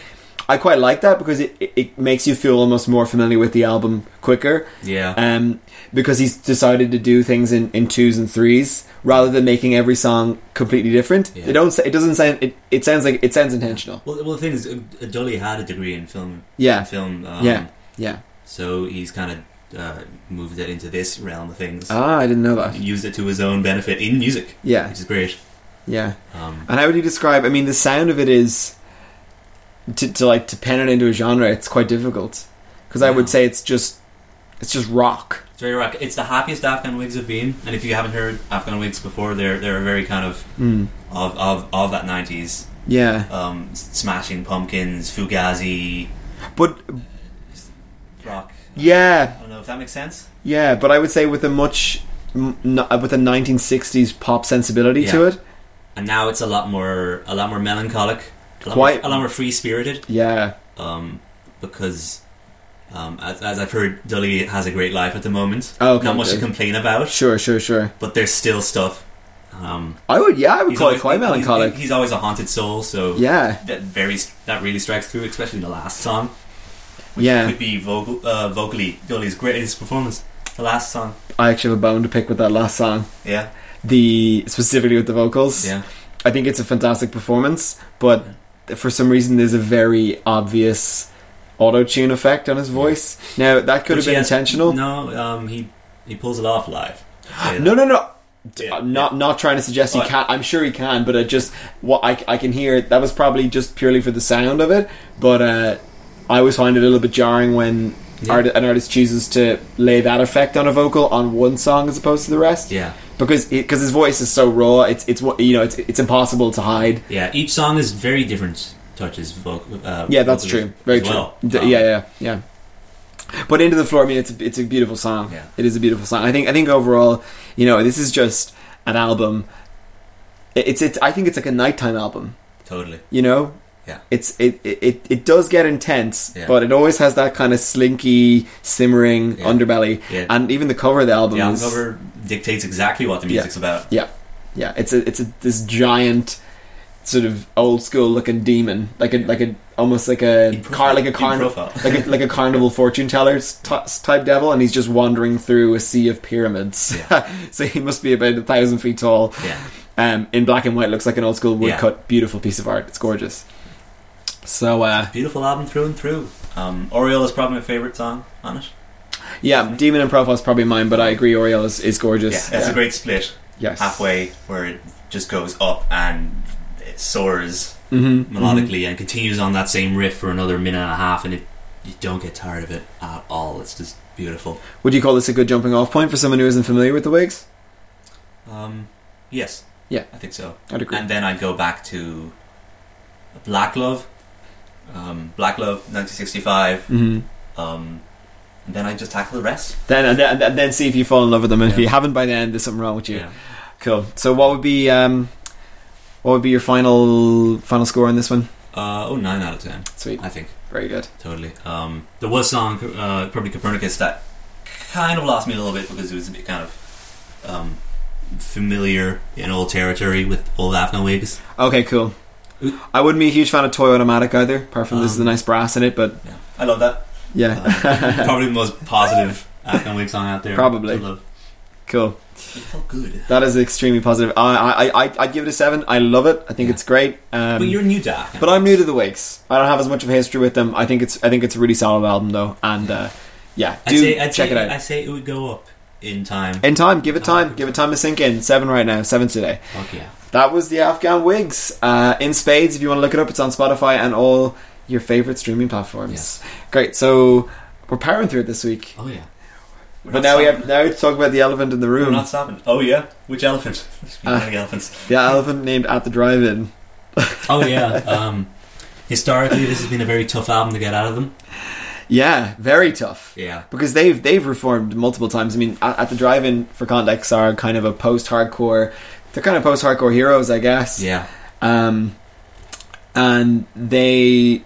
Speaker 4: I quite like that because it, it, it makes you feel almost more familiar with the album quicker.
Speaker 5: yeah.
Speaker 4: Um, because he's decided to do things in, in twos and threes rather than making every song completely different.
Speaker 5: Yeah.
Speaker 4: It don't. sa- It doesn't sound. It, it sounds like it sounds intentional.
Speaker 5: well, well, the thing is, uh, Dolly had a degree in film.
Speaker 4: Yeah.
Speaker 5: in film. Um,
Speaker 4: Yeah. Yeah.
Speaker 5: So he's kind of uh, moved it into this realm of things.
Speaker 4: Ah, I didn't know that.
Speaker 5: and used it to his own benefit in music,
Speaker 4: Yeah.
Speaker 5: which is great.
Speaker 4: Yeah.
Speaker 5: Um,
Speaker 4: And how would you describe? I mean, the sound of it is to, to like to pen it into a genre. It's quite difficult because I would
Speaker 5: Yeah.
Speaker 4: say it's just it's just rock.
Speaker 5: it's very rock. It's the happiest Afghan Wigs have been, and if you haven't heard Afghan Wigs before, they're they're very kind of
Speaker 4: Mm.
Speaker 5: of of, of that nineties.
Speaker 4: Yeah,
Speaker 5: Um, Smashing Pumpkins, Fugazi,
Speaker 4: but
Speaker 5: rock. I
Speaker 4: yeah,
Speaker 5: don't know if that makes sense.
Speaker 4: yeah, but I would say with a much m- n- with a 1960s pop sensibility to
Speaker 5: Yeah.
Speaker 4: it.
Speaker 5: And now it's a lot more a lot more melancholic, a lot
Speaker 4: Quite-
Speaker 5: more, a lot more free spirited.
Speaker 4: Yeah,
Speaker 5: Um, because um, as, as I've heard, Dully has a great life at the moment.
Speaker 4: Oh, okay,
Speaker 5: not much to
Speaker 4: good.
Speaker 5: complain about.
Speaker 4: sure, sure, sure.
Speaker 5: but there's still stuff. Um,
Speaker 4: I would, yeah, I would
Speaker 5: he's
Speaker 4: call
Speaker 5: always-
Speaker 4: it quite
Speaker 5: he's-
Speaker 4: melancholic.
Speaker 5: He's, always a haunted soul, so
Speaker 4: yeah,
Speaker 5: that very that really strikes through, especially in the last song. Which
Speaker 4: Yeah.
Speaker 5: could be vocal, uh, vocally Dolly's greatest performance. The last song,
Speaker 4: I actually have a bone to pick with that last song.
Speaker 5: yeah,
Speaker 4: The specifically with the vocals.
Speaker 5: yeah,
Speaker 4: I think it's a fantastic performance, but for some reason there's a very obvious auto tune effect on his voice. Now that could
Speaker 5: Which
Speaker 4: have
Speaker 5: he
Speaker 4: been
Speaker 5: has-
Speaker 4: intentional.
Speaker 5: No, um, he he pulls it off live.
Speaker 4: No, no, no. D-
Speaker 5: Yeah,
Speaker 4: I'm not not trying to suggest he
Speaker 5: Right.
Speaker 4: can't. I'm sure he can, but I just what I, I can hear that was probably just purely for the sound of it. But uh, I always find it a little bit jarring when
Speaker 5: Yeah.
Speaker 4: art, an artist chooses to lay that effect on a vocal on one song as opposed to the rest.
Speaker 5: yeah,
Speaker 4: because because his voice is so raw, it's it's what you know it's it's impossible to hide.
Speaker 5: yeah. Each song is very different. Touches vocal. Uh,
Speaker 4: Yeah, that's
Speaker 5: vocally
Speaker 4: true. Very
Speaker 5: as
Speaker 4: true.
Speaker 5: well.
Speaker 4: D-
Speaker 5: Um,
Speaker 4: yeah, yeah, yeah. But into the floor. I mean, it's a, it's a beautiful song.
Speaker 5: Yeah.
Speaker 4: It is a beautiful song. I think I think overall, you know, this is just an album. It- It's it's. I think it's like a nighttime album.
Speaker 5: totally.
Speaker 4: You know.
Speaker 5: Yeah.
Speaker 4: It's it it, it, it does get intense,
Speaker 5: Yeah.
Speaker 4: but it always has that kind of slinky, simmering
Speaker 5: Yeah.
Speaker 4: underbelly,
Speaker 5: Yeah.
Speaker 4: and even the cover of the album
Speaker 5: The album
Speaker 4: is.
Speaker 5: cover dictates exactly what the
Speaker 4: Yeah.
Speaker 5: music's about.
Speaker 4: Yeah, yeah. It's a it's a this giant sort of old school looking demon, like a like a almost like a
Speaker 5: In profile-
Speaker 4: car like a
Speaker 5: in
Speaker 4: carnival
Speaker 5: profile.
Speaker 4: like a, like a carnival fortune teller s- t- type devil, and he's just wandering through a sea of pyramids. so he must be about a thousand feet tall.
Speaker 5: Yeah.
Speaker 4: Um, in black and white, looks like an old school
Speaker 5: Yeah.
Speaker 4: woodcut. Beautiful piece of art. It's gorgeous. So uh,
Speaker 5: Beautiful album through and through. Um, Oriole is probably my favorite song on it.
Speaker 4: yeah, demon and profile is probably mine, but I agree, Oriole is, is gorgeous.
Speaker 5: that's
Speaker 4: Yeah.
Speaker 5: a great split
Speaker 4: yes.
Speaker 5: halfway where it just goes up and it soars
Speaker 4: Mhm, mhm.
Speaker 5: melodically and continues on that same riff for another minute and a half, and it you don't get tired of it at all. It's just beautiful.
Speaker 4: Would you call this a good jumping off point for someone who isn't familiar with the Wigs?
Speaker 5: Um, yes,
Speaker 4: Yeah.
Speaker 5: I think so.
Speaker 4: I'd agree.
Speaker 5: And then I'd go back to Black Love, um, Black Love, 1965.
Speaker 4: mm-hmm.
Speaker 5: Um, and then I just tackle the rest.
Speaker 4: Then and, then and then see if you fall in love with them. And if
Speaker 5: Yeah.
Speaker 4: you haven't by then, there's something wrong with you. Cool. So what would be um, what would be your final final score on this one?
Speaker 5: Uh, oh, nine out of ten,
Speaker 4: Sweet,
Speaker 5: I think.
Speaker 4: very good.
Speaker 5: Totally. Um, there was a song, uh, probably Copernicus, that kind of lost me a little bit because it was a bit kind of um, familiar in old territory with old Afghan wigs.
Speaker 4: Okay, cool.
Speaker 5: Oop.
Speaker 4: I wouldn't be a huge fan of Toy Automatic either, apart from this is a
Speaker 5: Um, Uh.
Speaker 4: nice brass in it, but
Speaker 5: Yeah, I love that.
Speaker 4: yeah,
Speaker 5: Um, probably the most positive Afghan wig song out there.
Speaker 4: Probably. Um,
Speaker 5: I love.
Speaker 4: Cool.
Speaker 5: It felt good.
Speaker 4: That is extremely positive. I I I I'd give it a seven. I love it. I think it's great. Um,
Speaker 5: But you're new to Afghan.
Speaker 4: But I'm new to the Wakes. I don't have as much of a history with them. I think it's I think it's a really solid album though, and uh, yeah,
Speaker 5: I'd
Speaker 4: do
Speaker 5: say, I'd
Speaker 4: check
Speaker 5: say,
Speaker 4: it out.
Speaker 5: I say it would go up in time.
Speaker 4: in time, give it time, give it time to sink in. Seven right now, seven today.
Speaker 5: Fuck yeah.
Speaker 4: That was the Afghan Wigs uh, in spades. If you want to look it up, it's on Spotify and all your favorite streaming platforms. Great. So we're powering through it this week,
Speaker 5: Oh yeah. We're
Speaker 4: but
Speaker 5: not
Speaker 4: now we
Speaker 5: stopping.
Speaker 4: have now to talk about the elephant in the
Speaker 5: We're
Speaker 4: room.
Speaker 5: not stopping. Oh yeah. Which elephant? Speaking
Speaker 4: Ah.
Speaker 5: of the elephants.
Speaker 4: The elephant named at the drive-in.
Speaker 5: Oh yeah. Um, historically, this has been a very tough album to get out of them.
Speaker 4: Yeah, very tough.
Speaker 5: Yeah.
Speaker 4: because they've they've reformed multiple times. I mean, at, at the drive-in for Condex are kind of a post-hardcore. They're kind of post-hardcore heroes, I guess.
Speaker 5: Yeah.
Speaker 4: Um, and they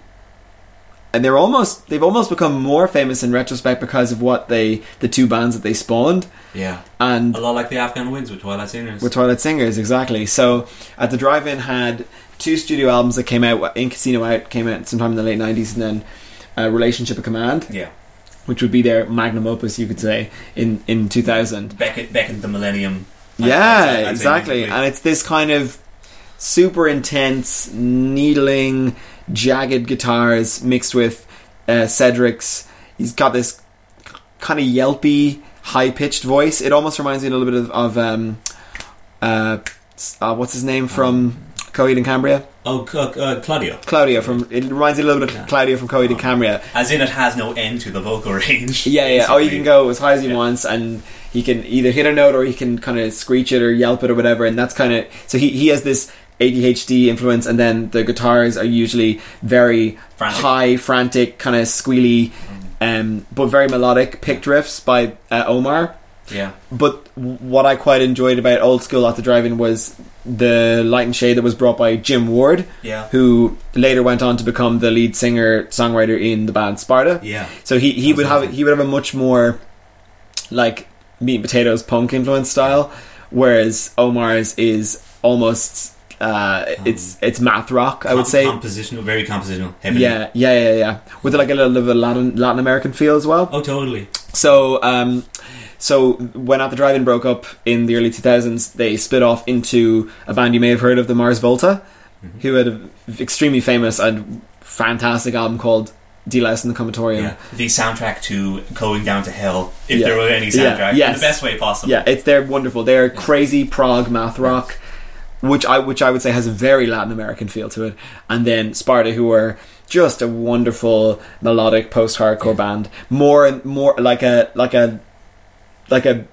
Speaker 4: and they're almost they've almost become more famous in retrospect because of what they the two bands that they spawned
Speaker 5: Yeah.
Speaker 4: and
Speaker 5: A lot like the Afghan Winds with Twilight Singers.
Speaker 4: were Twilight Singers exactly. So at the drive-in had two studio albums that came out. In Casino Out came out sometime in the late nineties, and then. Uh, Relationship of Command,
Speaker 5: yeah.
Speaker 4: which would be their magnum opus, you could say, in in two thousand,
Speaker 5: Back at, back at the Millennium. I- I'd say- I'd
Speaker 4: Yeah,
Speaker 5: say
Speaker 4: exactly.
Speaker 5: musically.
Speaker 4: And it's this kind of super intense, needling, jagged guitars mixed with uh, Cedric's. He's got this kind of yelpy, high pitched voice. It almost reminds me a little bit of, of um, uh, s- uh, what's his name from Coheed and Cambria?
Speaker 5: Oh, C- uh, Claudio.
Speaker 4: Claudio from. It reminds me a little bit
Speaker 5: Yeah.
Speaker 4: of Claudio from Coheed and
Speaker 5: Oh.
Speaker 4: Cambria.
Speaker 5: As in, it has no end to the vocal range.
Speaker 4: Yeah, yeah. Oh, you can
Speaker 5: basically.
Speaker 4: go as high as he
Speaker 5: Yeah.
Speaker 4: wants, and he can either hit a note or he can kind of screech it or yelp it or whatever. And that's kind of so he he has this ADHD influence, and then the guitars are usually very
Speaker 5: Frantic. Mm-hmm.
Speaker 4: high, frantic, kind of squealy, um, but very melodic picked riffs by uh, Omar.
Speaker 5: Yeah.
Speaker 4: But w- what I quite enjoyed about old school at the drive-in was the light and shade that was brought by Jim Ward,
Speaker 5: Yeah.
Speaker 4: who later went on to become the lead singer songwriter in the band Sparta.
Speaker 5: Yeah.
Speaker 4: So he, he
Speaker 5: Sounds
Speaker 4: would have
Speaker 5: amazing.
Speaker 4: he would have a much more like meat and potatoes punk influence style, whereas Omar's is almost uh, it's it's math rock. I would
Speaker 5: Com-
Speaker 4: say
Speaker 5: Compositional, very compositional. Heavy.
Speaker 4: yeah yeah yeah yeah with like a little bit of a Latin Latin American feel as well.
Speaker 5: Oh, totally.
Speaker 4: So, um, so when At the Drive-In broke up in the early 2000s, they split off into a band you may have heard of, the Mars Volta,
Speaker 5: Mm-hmm.
Speaker 4: who had an extremely famous and fantastic album called D Louse in the Comatorium.
Speaker 5: Yeah.
Speaker 4: Yeah.
Speaker 5: The soundtrack to Going Down to Hell, if
Speaker 4: Yeah.
Speaker 5: there were any
Speaker 4: Yeah,
Speaker 5: soundtrack, in
Speaker 4: yes.
Speaker 5: the best way possible.
Speaker 4: it's they're wonderful. They're crazy prog math rock, which I which I would say has a very Latin American feel to it. And then Sparta, who are just a wonderful melodic post-hardcore band, more and more like a like a like a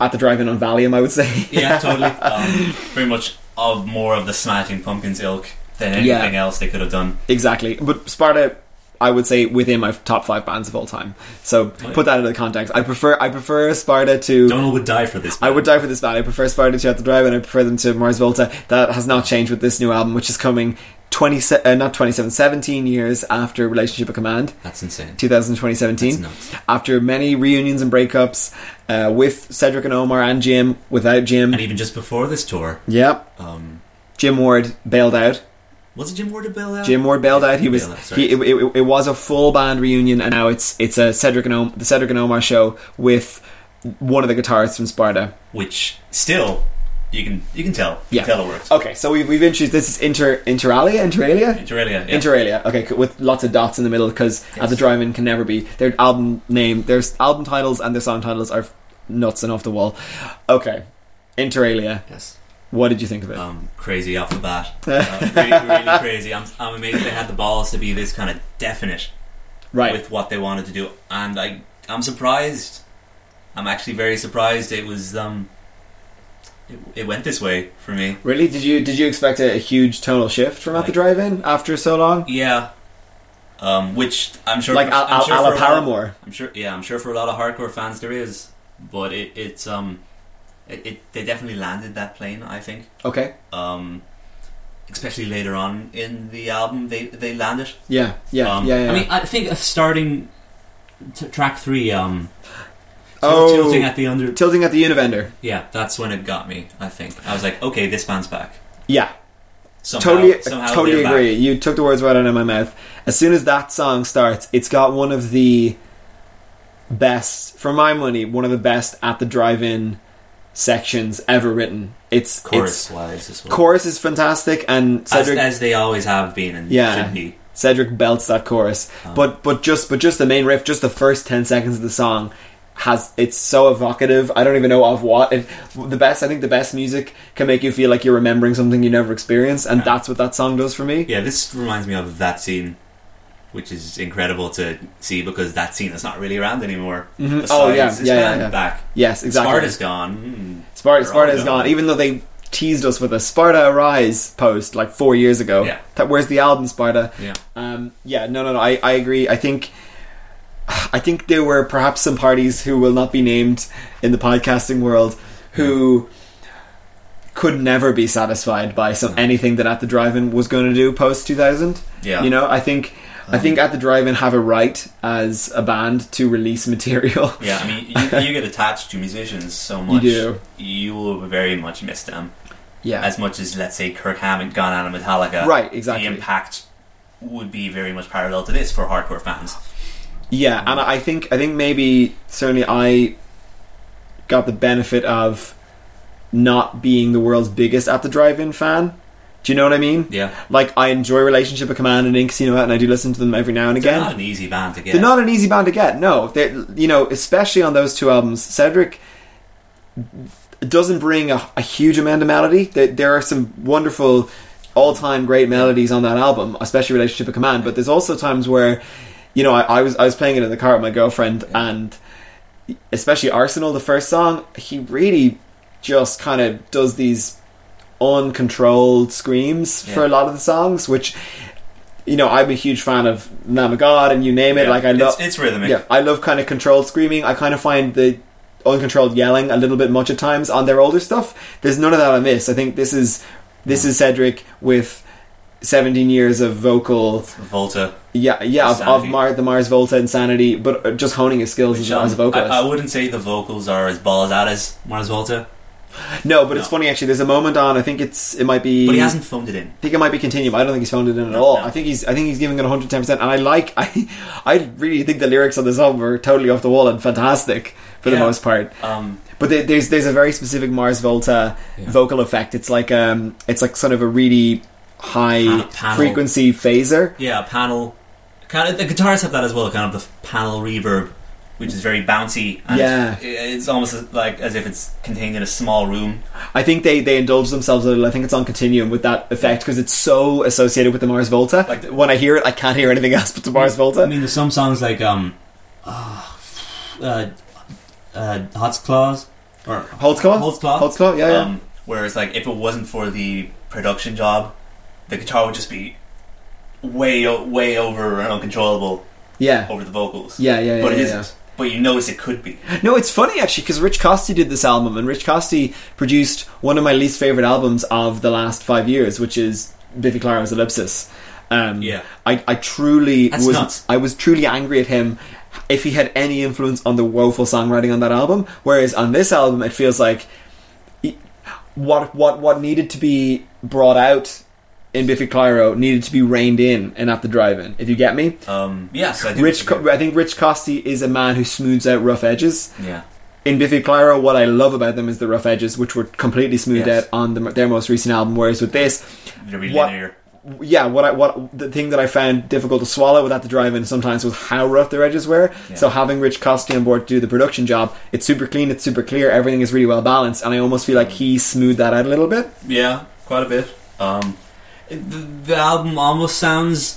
Speaker 4: at the drive-in on Valium, I would say.
Speaker 5: Yeah, totally. Um, pretty much of more of the Smashing Pumpkins ilk than
Speaker 4: Yeah.
Speaker 5: anything else they could have done.
Speaker 4: Exactly. But Sparta, I would say within my top five bands of all time. So
Speaker 5: Oh, yeah.
Speaker 4: put that into the context. I prefer I prefer Sparta to.
Speaker 5: Donald would die for this.
Speaker 4: I would die for this band. I prefer Sparta to At the Drive, and I prefer them to Mars Volta. That has not changed with this new album, which is coming twenty se- uh, not 27, 17 years after Relationship of Command,
Speaker 5: That's insane.
Speaker 4: 2000, 2017.
Speaker 5: That's nuts.
Speaker 4: After many reunions and breakups uh, with Cedric and Omar and Jim, without Jim.
Speaker 5: And even just before this tour,
Speaker 4: Yep,
Speaker 5: um,
Speaker 4: Jim Ward bailed out.
Speaker 5: was it Jim Ward to bail out?
Speaker 4: Jim Ward bailed out. He was
Speaker 5: Bailed out, sorry.
Speaker 4: he, it, it, it was a full band reunion, and now it's it's a Cedric and Om- the Cedric and Omar show with one of the guitarists from Sparta.
Speaker 5: Which still, you can you can tell. You
Speaker 4: Yeah. Oh.
Speaker 5: can tell it works.
Speaker 4: Okay, so we've, we've introduced this is inter interalia interalia.
Speaker 5: Interalia. Yeah.
Speaker 4: Interalia, okay, cool, with lots of dots in the middle because at the drive-in can never be their album name. Their album titles and their song titles are nuts and off the wall. Okay, Interalia,
Speaker 5: yes.
Speaker 4: what did you think of it?
Speaker 5: um, crazy off the bat. Uh, really, really crazy. I'm, I'm amazed they had the balls to be this kind of definite
Speaker 4: right,
Speaker 5: with what they wanted to do, and I, I'm surprised. I'm actually very surprised. It was um, it, it went this way for me.
Speaker 4: really? Did you did you expect a, a huge tonal shift from at the
Speaker 5: Like-
Speaker 4: drive-in after so long?
Speaker 5: Yeah. Um, which I'm sure,
Speaker 4: Like
Speaker 5: I'm
Speaker 4: a, a,
Speaker 5: sure
Speaker 4: a
Speaker 5: for
Speaker 4: la
Speaker 5: a lot-
Speaker 4: Paramore.
Speaker 5: I'm sure, yeah, I'm sure for a lot of hardcore fans there is, but it, it's um, it, it they definitely landed that plane. I think.
Speaker 4: Okay,
Speaker 5: Um, especially later on in the album, they they landed.
Speaker 4: yeah, yeah,
Speaker 5: Um,
Speaker 4: yeah, yeah.
Speaker 5: I mean, I think of starting t- track three, um, til-
Speaker 4: Oh.
Speaker 5: tilting at the under.
Speaker 4: tilting at the univender.
Speaker 5: yeah, that's when it got me. I think I was like, okay, this band's back.
Speaker 4: Yeah,
Speaker 5: Somehow,
Speaker 4: totally, uh,
Speaker 5: somehow
Speaker 4: totally
Speaker 5: they're back.
Speaker 4: agree. You took the words right out of my mouth. As soon as that song starts, it's got one of the best, for my money, one of the best at the drive-in sections ever written. It's
Speaker 5: chorus
Speaker 4: It's,
Speaker 5: wise as well.
Speaker 4: chorus is fantastic, and
Speaker 5: as,
Speaker 4: Cedric
Speaker 5: as they always have been and
Speaker 4: Yeah.
Speaker 5: should be.
Speaker 4: Cedric belts that chorus.
Speaker 5: Uh-huh.
Speaker 4: But but just but just the main riff, just the first ten seconds of the song has it's so evocative. I don't even know of what. It, the best I think the best music can make you feel like you're remembering something you never experienced, and that's what that song does for me.
Speaker 5: Yeah, this reminds me of that scene, which is incredible to see because that scene is not really around anymore.
Speaker 4: Mhm.
Speaker 5: Besides,
Speaker 4: Oh, yeah,
Speaker 5: it's
Speaker 4: yeah, yeah,
Speaker 5: gone
Speaker 4: yeah.
Speaker 5: back.
Speaker 4: Yes, exactly.
Speaker 5: Sparta's gone. Mm.
Speaker 4: Sparta,
Speaker 5: They're
Speaker 4: Sparta
Speaker 5: all
Speaker 4: is
Speaker 5: gone.
Speaker 4: gone. Even though they teased us with a Sparta Arise post like four years ago.
Speaker 5: Yeah.
Speaker 4: That where's the album Sparta?
Speaker 5: Yeah.
Speaker 4: Um, yeah. No. No. No. I, I agree. I think. I think there were perhaps some parties who will not be named in the podcasting world who could never be satisfied by some anything that At the Drive-In was going to do post 2000.
Speaker 5: Yeah. Um,
Speaker 4: You know, I think I think At the Drive-In have a right as a band to release material.
Speaker 5: Yeah, I mean, you, you get attached to musicians so much.
Speaker 4: do.
Speaker 5: You will very much miss them.
Speaker 4: yeah.
Speaker 5: As much as, let's say, Kirk Hammett gone out of Metallica.
Speaker 4: Right, exactly.
Speaker 5: The impact would be very much parallel to this for hardcore fans.
Speaker 4: Yeah, and I think I think maybe certainly I got the benefit of not being the world's biggest at the drive-in fan. Do you know what I mean?
Speaker 5: Yeah.
Speaker 4: Like I enjoy Relationship of Command and In Casino Out, and I do listen to them every now and again.
Speaker 5: Not an easy band to get.
Speaker 4: They're not an easy band to get. No, they you know, especially on those two albums, Cedric doesn't bring a, a huge amount of melody. There, there are some wonderful, all-time great melodies on that album, especially "Relationship of Command." But there's also times where, you know, I, I was I was playing it in the car with my girlfriend, and especially "Arsenal," the first song, he really just kind of does these uncontrolled screams for
Speaker 5: Yeah.
Speaker 4: a lot of the songs, which. You know, I'm a huge fan of Lamb of God and you name it.
Speaker 5: Yeah,
Speaker 4: like I
Speaker 5: it's-
Speaker 4: love
Speaker 5: it's, rhythmic.
Speaker 4: yeah, I love kind of controlled screaming. I kind of find the uncontrolled yelling a little bit much at times on their older stuff. There's none of that on this. I think this is this is Cedric with 17 years of vocal,
Speaker 5: Volta.
Speaker 4: yeah, yeah, of, of
Speaker 5: Insanity.
Speaker 4: Mar- the Mars Volta insanity, but uh, just honing his skills as,
Speaker 5: Which, um,
Speaker 4: as a vocalist.
Speaker 5: I, I wouldn't say the vocals are as balls out as Mars Volta,
Speaker 4: no, but it's
Speaker 5: no.
Speaker 4: funny actually. There's a moment on. I think it's it might be.
Speaker 5: but he hasn't phoned it in.
Speaker 4: I think it might be continuum. I don't think he's phoned it in at
Speaker 5: No,
Speaker 4: all.
Speaker 5: no.
Speaker 4: I think he's I think he's giving it 110. percent And I like I I really think the lyrics on this album are totally off the wall and fantastic for the
Speaker 5: Yeah.
Speaker 4: most part.
Speaker 5: Um,
Speaker 4: But there, there's there's a very specific Mars Volta vocal effect. It's like um, it's like sort of a really high
Speaker 5: Pan- panel.
Speaker 4: frequency phaser.
Speaker 5: yeah, panel. Kind of, the guitars have that as well, kind of the panel reverb, which is very bouncy. And
Speaker 4: Yeah.
Speaker 5: it's, it's almost as- like as if it's contained in a small room.
Speaker 4: I think they they indulge themselves a little. I think it's on Continuum with that effect because it's so associated with the Mars Volta.
Speaker 5: Like the-
Speaker 4: when I hear it, I can't hear anything else but the Mars Volta.
Speaker 6: I mean, there's some songs like um, uh, uh, Hot's Claws or
Speaker 4: Holtzclaw,
Speaker 6: Holtzclaw?
Speaker 4: Holtzclaw, Oh, yeah, yeah.
Speaker 5: Um, whereas, like, if it wasn't for the production job, the guitar would just be way, o- way over and uncontrollable
Speaker 4: yeah.
Speaker 5: over the vocals.
Speaker 4: Yeah, yeah, yeah,
Speaker 5: But it
Speaker 4: yeah,
Speaker 5: isn't. But you notice it could be.
Speaker 4: No, it's funny actually because Rich Costey did this album, and Rich Costey produced one of my least favorite albums of the last five years, which is Biffy Clyro's Ellipsis. Um,
Speaker 5: Yeah.
Speaker 4: I, I truly
Speaker 5: That's
Speaker 4: was
Speaker 5: nuts.
Speaker 4: I was truly angry at him if he had any influence on the woeful songwriting on that album. Whereas on this album, it feels like he- what what what needed to be brought out in Biffy Clyro needed to be reined in and at the drive-in. If you get me,
Speaker 5: Um, yes, I do.
Speaker 4: Rich Co- I think Rich Costey is a man who smooths out rough edges
Speaker 5: yeah.
Speaker 4: in Biffy Clyro, what I love about them is the rough edges, which were completely smoothed
Speaker 5: Yes.
Speaker 4: out on the, their most recent album. Whereas with this,
Speaker 5: They're really
Speaker 4: What-
Speaker 5: linear.
Speaker 4: yeah, what I, what the thing that I found difficult to swallow without the drive-in sometimes was how rough their edges were. So having Rich Costey on board to do the production job, it's super clean, it's super clear, everything is really well balanced, and I almost feel like he smoothed that out a little bit.
Speaker 5: Yeah, quite a bit. Um,
Speaker 6: the, the album almost sounds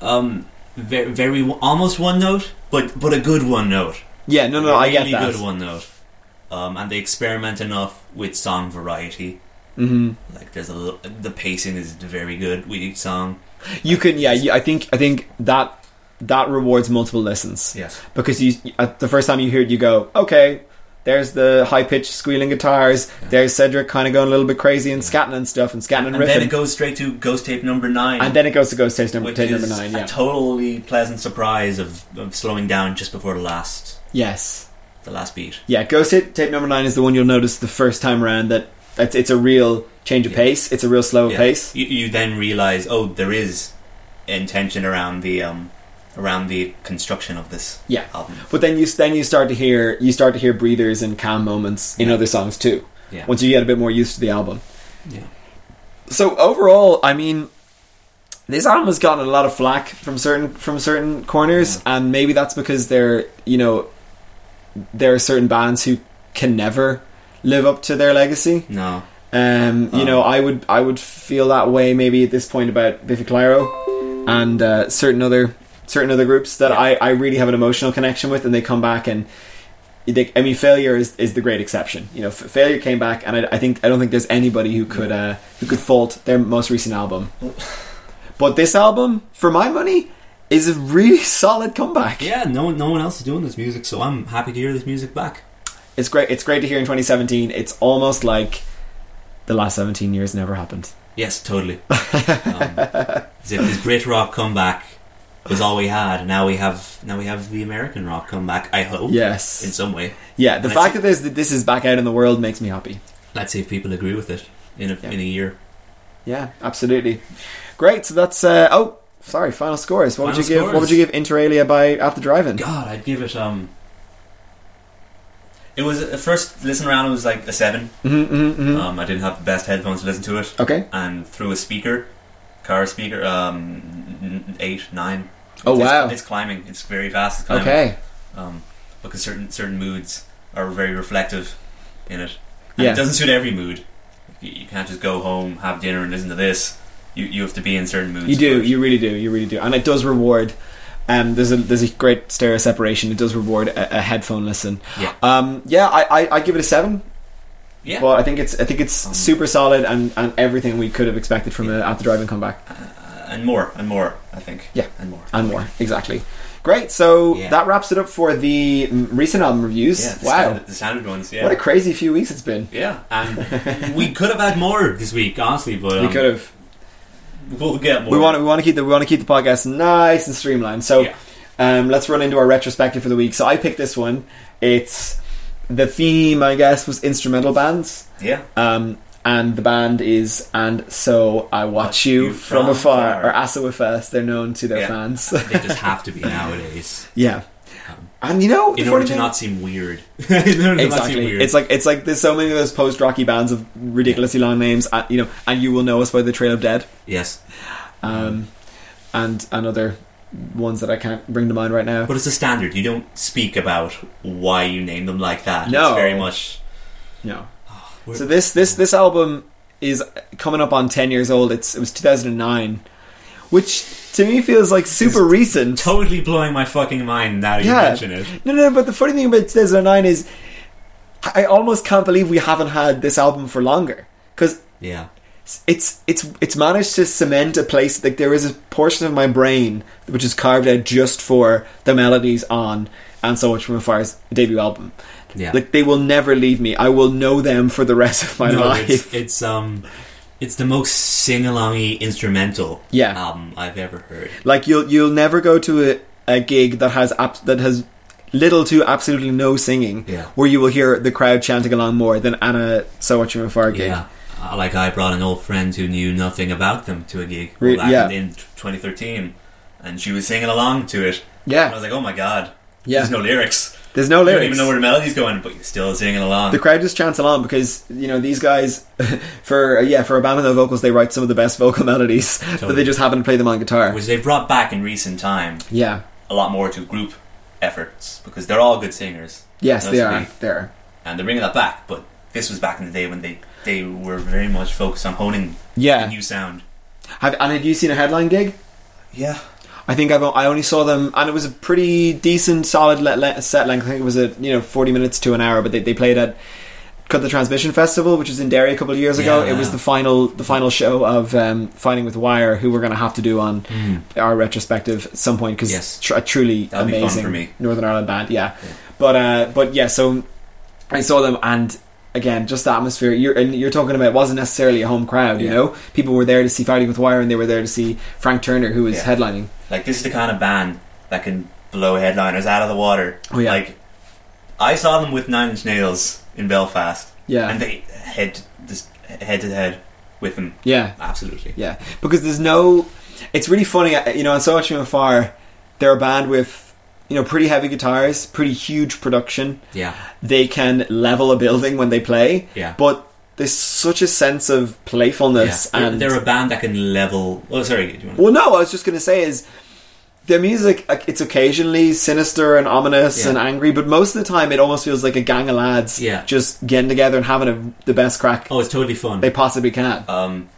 Speaker 6: um very, very almost one note.
Speaker 5: but but a good one note.
Speaker 4: Yeah, no, no,
Speaker 5: a
Speaker 4: I get
Speaker 5: really
Speaker 4: that.
Speaker 5: good one note. Um, and they experiment enough with song variety.
Speaker 4: Mhm.
Speaker 5: Like there's a little, the pacing is very good with each song.
Speaker 4: You can, yeah, you, I think, I think that that rewards multiple listens.
Speaker 5: Yes.
Speaker 4: because you at the first time you hear it, you go, okay, there's the high pitched squealing guitars. There's Cedric kind of going a little bit crazy and scatting and stuff and scatting and,
Speaker 5: And
Speaker 4: riffing,
Speaker 5: then it goes straight to Ghost Tape Number Nine,
Speaker 4: and then it goes to Ghost Taste number
Speaker 5: which
Speaker 4: tape
Speaker 5: is
Speaker 4: number nine. Yeah,
Speaker 5: a totally pleasant surprise of, of slowing down just before the last
Speaker 4: yes,
Speaker 5: the last beat.
Speaker 4: yeah. Ghost Tape tape number nine is the one you'll notice the first time around that it's, it's a real change of
Speaker 5: Yeah.
Speaker 4: pace. It's a real slower
Speaker 5: Yeah.
Speaker 4: pace.
Speaker 5: You, you then realize, oh, there is intention around the um around the construction of this
Speaker 4: Yeah.
Speaker 5: album.
Speaker 4: But then you then you start to hear you start to hear breathers and calm moments in other songs too.
Speaker 6: Yeah.
Speaker 4: Once you get a bit more used to the album.
Speaker 6: Yeah.
Speaker 4: So overall, I mean, this album has gotten a lot of flack from certain from certain corners, and maybe that's because they're you know there are certain bands who can never live up to their legacy.
Speaker 5: No.
Speaker 4: Um, you
Speaker 5: Um,
Speaker 4: know, I would I would feel that way maybe at this point about Biffy Clyro and uh, certain other certain other groups that I, I really have an emotional connection with, and they come back and they, I mean, failure is, is the great exception. You know, f- failure came back, and I, I think I don't think there's anybody who could uh, who could fault their most recent album. but this album, for my money, is a really solid comeback.
Speaker 6: Yeah, no, no one else is doing this music, so I'm happy to hear this music back.
Speaker 4: It's great. It's great to hear in 2017. It's almost like the last 17 years never happened.
Speaker 6: Yes, totally. um, as if this Brit rock comeback was all we had, now we have now we have the American rock comeback. I hope,
Speaker 4: Yes.
Speaker 6: in some way.
Speaker 4: Yeah, the
Speaker 6: And I
Speaker 4: fact
Speaker 6: see-
Speaker 4: that this, that this is back out in the world makes me happy.
Speaker 6: Let's see if people agree with it in a,
Speaker 4: Yeah.
Speaker 6: in a year.
Speaker 4: Yeah, absolutely. Great. So that's uh, oh, sorry. Final scores. What would
Speaker 6: Final
Speaker 4: you give? What
Speaker 6: scores.
Speaker 4: would you give Interalia by at the drive-in?
Speaker 6: God, I'd give it um.
Speaker 5: It was at first listen around. It was like a 7
Speaker 4: Mhm, mhm, mhm.
Speaker 5: Um, I didn't have the best headphones to listen to it,
Speaker 4: okay.
Speaker 5: and through a speaker, car speaker, um, n- n- eight, nine.
Speaker 4: Oh,
Speaker 5: It's-
Speaker 4: wow.
Speaker 5: It's climbing. It's very fast. It's climbing.
Speaker 4: Okay.
Speaker 5: Um, because certain certain moods are very reflective in it. And
Speaker 4: Yeah.
Speaker 5: It doesn't suit every mood. You, you can't just go home, have dinner, and listen to this. You you have to be in certain moods.
Speaker 4: You do.
Speaker 5: first.
Speaker 4: You really do. You really do. And it does reward. Um, there's a there's a great stereo separation. It does reward a, a headphone listen.
Speaker 5: Yeah.
Speaker 4: Um, yeah. I, I I give it a seven.
Speaker 5: Yeah.
Speaker 4: Well, I think it's I think it's
Speaker 5: Um,
Speaker 4: super solid and, and everything we could have expected from a at the drive-in comeback.
Speaker 5: Uh, and more and more. I think.
Speaker 4: Yeah.
Speaker 5: And more.
Speaker 4: and more. Exactly. Great. So
Speaker 6: Yeah.
Speaker 4: that wraps it up for the mm, recent album reviews.
Speaker 5: Yeah. The
Speaker 4: wow.
Speaker 5: Standard, the standard ones. Yeah.
Speaker 4: What a crazy few weeks it's been.
Speaker 5: yeah.
Speaker 6: And we could have had more this week, honestly, but um,
Speaker 4: we could have.
Speaker 5: We'll get more.
Speaker 4: We want to. We want to keep the. We want to keep the podcast nice and streamlined. So,
Speaker 5: Yeah.
Speaker 4: um, let's run into our retrospective for the week. So I picked this one. It's the theme, I guess, was instrumental bands.
Speaker 5: Yeah.
Speaker 4: Um, and the band is and so I watch, you, from, afar, or Asawafest. They're known to their
Speaker 5: Yeah. Um,
Speaker 4: fans.
Speaker 6: they just have to be nowadays
Speaker 4: yeah. And you know, the
Speaker 6: in
Speaker 4: funny
Speaker 6: order to
Speaker 4: thing-
Speaker 6: not seem weird. in order to not
Speaker 4: Exactly.
Speaker 6: seem weird.
Speaker 4: It's like it's like there's so many of those post Rocky bands of ridiculously long names, uh, you know, and you will know us by the Trail of Dead,
Speaker 6: yes,
Speaker 4: um, and and other ones that I can't bring to mind right now.
Speaker 6: but it's a standard. You don't speak about why you name them like that.
Speaker 4: No.
Speaker 6: it's very much.
Speaker 4: No.
Speaker 6: we're-
Speaker 4: So this this this album is coming up on ten years old. It's it was 2009, which to me feels like super recent.
Speaker 6: Totally blowing my fucking mind now that you
Speaker 4: Yeah.
Speaker 6: mention it.
Speaker 4: No, no, but the funny thing about 2009 is I almost can't believe we haven't had this album for longer because
Speaker 6: Yeah.
Speaker 4: it's it's it's managed to cement a place like there is a portion of my brain which is carved out just for the melodies on and so much from afar's debut album
Speaker 6: Yeah.
Speaker 4: like they will never leave me i will know them for the rest of my
Speaker 6: no,
Speaker 4: life
Speaker 6: it's, it's um it's the most sing-alongy instrumental
Speaker 4: Yeah.
Speaker 6: album I've ever heard.
Speaker 4: like you'll you'll never go to a, a gig that has abs- that has little to absolutely no singing
Speaker 6: Yeah.
Speaker 4: where you will hear the crowd chanting along more than anna so much from afar gig
Speaker 6: Yeah. Uh, Like I brought an old friend who knew nothing about them to a gig
Speaker 4: Re-
Speaker 6: back
Speaker 4: yeah.
Speaker 6: in
Speaker 5: 2013, and she was singing along to it. And I
Speaker 4: yeah
Speaker 5: was like, oh my god.
Speaker 4: yeah
Speaker 5: There's no lyrics.
Speaker 4: there's no
Speaker 5: You
Speaker 4: lyrics
Speaker 5: don't even know where the melody's going, but you're still singing along.
Speaker 4: the crowd just chants along because you know these guys for yeah for Obama no vocals they write some of the best vocal melodies but they just happen to play them on guitar
Speaker 5: which they've brought back in recent time
Speaker 4: yeah
Speaker 5: a lot more to group efforts because they're all good singers
Speaker 4: yes they are
Speaker 5: Mostly.
Speaker 4: they are
Speaker 5: and they're bringing that back. But this was back in the day when they they were very much focused on honing the
Speaker 4: yeah
Speaker 5: new sound.
Speaker 4: have, and have you seen a headline gig
Speaker 5: Yeah,
Speaker 4: I think I've, o- I only saw them and it was a pretty decent solid le- le- set length I think it was a you know 40 minutes to an hour but they, they played at Cut the Transmission Festival which was in Derry a couple of years ago
Speaker 6: Yeah.
Speaker 4: it was the final the final show of um, Finding with Wire who we're going to have to do on our retrospective at some point because
Speaker 6: Yes.
Speaker 4: tr- a truly
Speaker 5: Hmm. That'll be fun
Speaker 4: amazing
Speaker 5: for me.
Speaker 4: Northern Ireland band. Yeah, but uh, but yeah. So I saw them, and again, just the atmosphere. You're and you're talking about it wasn't necessarily a home crowd. You
Speaker 6: Yeah.
Speaker 4: know, people were there to see Fighting with Wire, and they were there to see Frank Turner, who was
Speaker 5: Yeah.
Speaker 4: headlining.
Speaker 5: like this is the kind of band that can blow headliners out of the water.
Speaker 4: Oh, yeah.
Speaker 5: Like I saw them with Nine Inch Nails in Belfast,
Speaker 4: Yeah,
Speaker 5: and they head just head to head with them.
Speaker 4: yeah,
Speaker 5: Absolutely.
Speaker 4: yeah. Because there's no. It's really funny, uh, you know. And so much from afar. They're a band with you know pretty heavy guitars, pretty huge production.
Speaker 6: Yeah.
Speaker 4: They can level a building when they play.
Speaker 6: Yeah.
Speaker 4: But there's such a sense of playfulness
Speaker 6: Yeah. They're-
Speaker 4: and
Speaker 6: They're a band that can level. Oh, sorry. Do you want
Speaker 4: well, no, I was just going to say is their music. like, It's occasionally sinister and ominous
Speaker 6: Yeah.
Speaker 4: and angry, but most of the time it almost feels like a gang of lads
Speaker 6: Yeah.
Speaker 4: just getting together and having a, the best crack
Speaker 6: oh, it's totally fun.
Speaker 4: they possibly can.
Speaker 5: Um,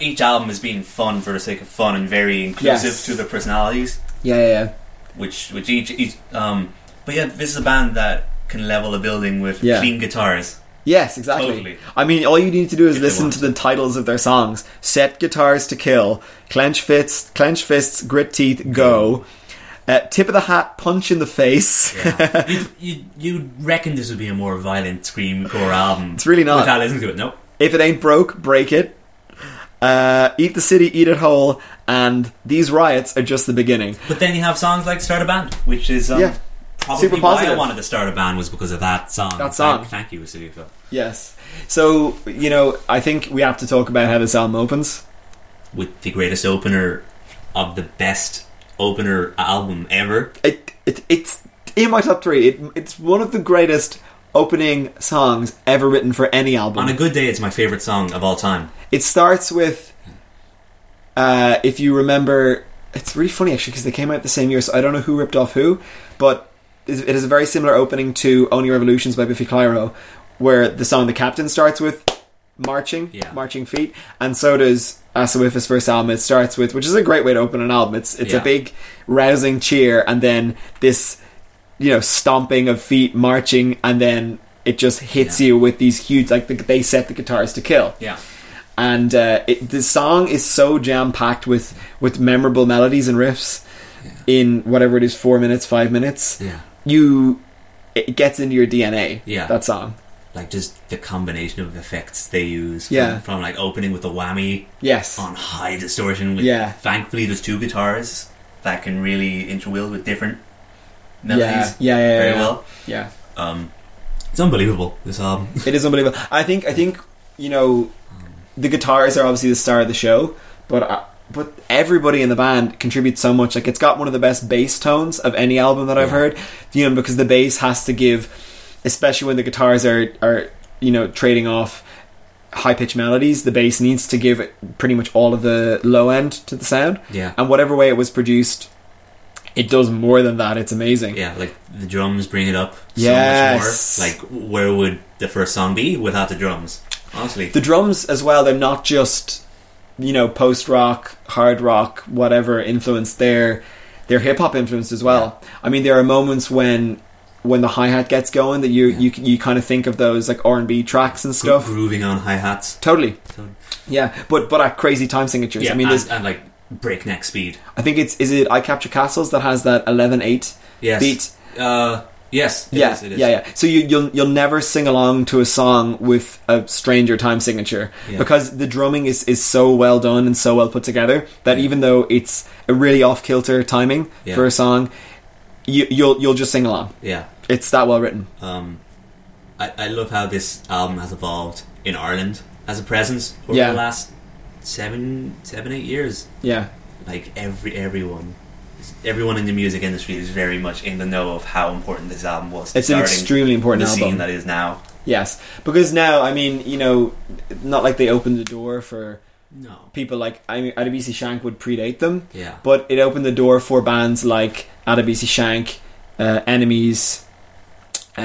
Speaker 5: each album has been fun for the sake of fun and very inclusive
Speaker 4: Yes.
Speaker 5: to their personalities,
Speaker 4: yeah, yeah, yeah.
Speaker 5: which which each, each um. But yeah, this is a band that can level a building with
Speaker 4: Yeah.
Speaker 5: clean guitars.
Speaker 4: Yes, exactly.
Speaker 5: Totally.
Speaker 4: I mean, all you need to do is
Speaker 5: If they
Speaker 4: listen
Speaker 5: want.
Speaker 4: to the titles of their songs: "Set Guitars to Kill," "Clench Fists," "Clench Fists," "Grit Teeth," "Go," uh, "Tip of the Hat," "Punch in the Face."
Speaker 6: Yeah. you, you you reckon this would be a more violent screamcore album?
Speaker 4: It's really not.
Speaker 6: Without listening to it, nope.
Speaker 4: If it ain't broke, break it. Uh, eat the city, eat it whole, and these riots are just the beginning.
Speaker 6: But then you have songs like "Start a Band,"
Speaker 5: Which is um,
Speaker 4: Yeah.
Speaker 6: probably
Speaker 4: Super
Speaker 6: why
Speaker 4: positive.
Speaker 6: I wanted to start a band was because of that song.
Speaker 4: That song.
Speaker 6: Thank, thank you, Sudoku.
Speaker 4: Yes. So, you know, I think we have to talk about how this album opens.
Speaker 6: With the greatest opener of the best opener album ever.
Speaker 4: It, it It's in my top three. It, it's one of the greatest opening songs ever written for any album.
Speaker 6: On a good day, it's my favorite song of all time.
Speaker 4: It starts with, uh, if you remember, it's really funny actually because they came out the same year, so I don't know who ripped off who, but it it is a very similar opening to Only Revolutions by Biffy Clyro, where the song The Captain starts with marching,
Speaker 6: Yeah.
Speaker 4: marching feet, and so does Asawifa's first album. It starts with, which is a great way to open an album. It's it's a
Speaker 6: Yeah.
Speaker 4: big rousing cheer, and then this, you know, stomping of feet, marching, and then. It just hits
Speaker 6: Yeah.
Speaker 4: you with these huge, like the, they set the guitars to kill
Speaker 6: Yeah.
Speaker 4: and uh, it, the song is so jam packed with with memorable melodies and riffs in whatever it is four minutes five minutes
Speaker 6: Yeah.
Speaker 4: you it gets into your dna
Speaker 6: Yeah.
Speaker 4: that song
Speaker 6: Like just the combination of effects they use. From,
Speaker 4: Yeah.
Speaker 6: From like opening with the whammy
Speaker 4: yes
Speaker 6: on high distortion. With,
Speaker 4: Yeah.
Speaker 6: Thankfully, there's two guitars
Speaker 5: that can really interwield with different
Speaker 4: yeah
Speaker 5: melodies
Speaker 4: yeah yeah, yeah,
Speaker 5: very
Speaker 4: yeah.
Speaker 5: well.
Speaker 4: yeah
Speaker 5: Um,
Speaker 6: It's unbelievable, this album.
Speaker 4: it is unbelievable i think i think you know the guitars are obviously the star of the show but uh, but everybody in the band contributes so much like it's got one of the best bass tones of any album that i've
Speaker 6: Yeah.
Speaker 4: heard you know because the bass has to give especially when the guitars are are you know trading off high pitched melodies the bass needs to give pretty much all of the low end to the sound
Speaker 6: Yeah.
Speaker 4: and whatever way it was produced it does more than that it's amazing
Speaker 6: Yeah, like the drums bring it up so
Speaker 4: Yes.
Speaker 6: much more. Like, where would the first song be without the drums? Honestly,
Speaker 4: the drums as well they're not just you know post rock hard rock whatever influence they're they're hip hop influenced as well i mean there are moments when when the hi-hat gets going that you you you kind of think of those like r&b tracks and
Speaker 6: Gro-
Speaker 4: stuff
Speaker 6: grooving on hi hats.
Speaker 4: totally
Speaker 6: Totally.
Speaker 4: yeah but but at crazy time signatures i mean
Speaker 6: and,
Speaker 4: there's
Speaker 6: and like breakneck speed.
Speaker 4: i think it's is it i capture castles that has that 11-8
Speaker 6: Yes.
Speaker 4: beat
Speaker 6: Uh, yes. it
Speaker 4: yeah,
Speaker 6: is, it is.
Speaker 4: yeah, yeah. So you, you'll you'll never sing along to a song with a stranger time signature
Speaker 6: Yeah.
Speaker 4: because the drumming is, is so well done and so well put together that
Speaker 6: Yeah.
Speaker 4: even though it's a really off kilter timing
Speaker 6: Yeah.
Speaker 4: for a song, you, you'll you'll just sing along.
Speaker 6: Yeah.
Speaker 4: It's that well written.
Speaker 6: Um, I, I love how this album has evolved in Ireland as a presence over
Speaker 4: Yeah.
Speaker 6: the last seven, seven, eight years.
Speaker 4: Yeah,
Speaker 6: Like every everyone, everyone
Speaker 5: everyone in the music industry is very much in the know of how important this album was. to
Speaker 4: it's an
Speaker 5: starting
Speaker 4: extremely important
Speaker 5: the
Speaker 4: album.
Speaker 5: scene that is now.
Speaker 4: yes, because now I mean you know, not like they opened the door for
Speaker 6: no.
Speaker 4: people like I mean Adebisi Shank would predate them,
Speaker 6: Yeah.
Speaker 4: but it opened the door for bands like Adabisi Shank, uh, Enemies.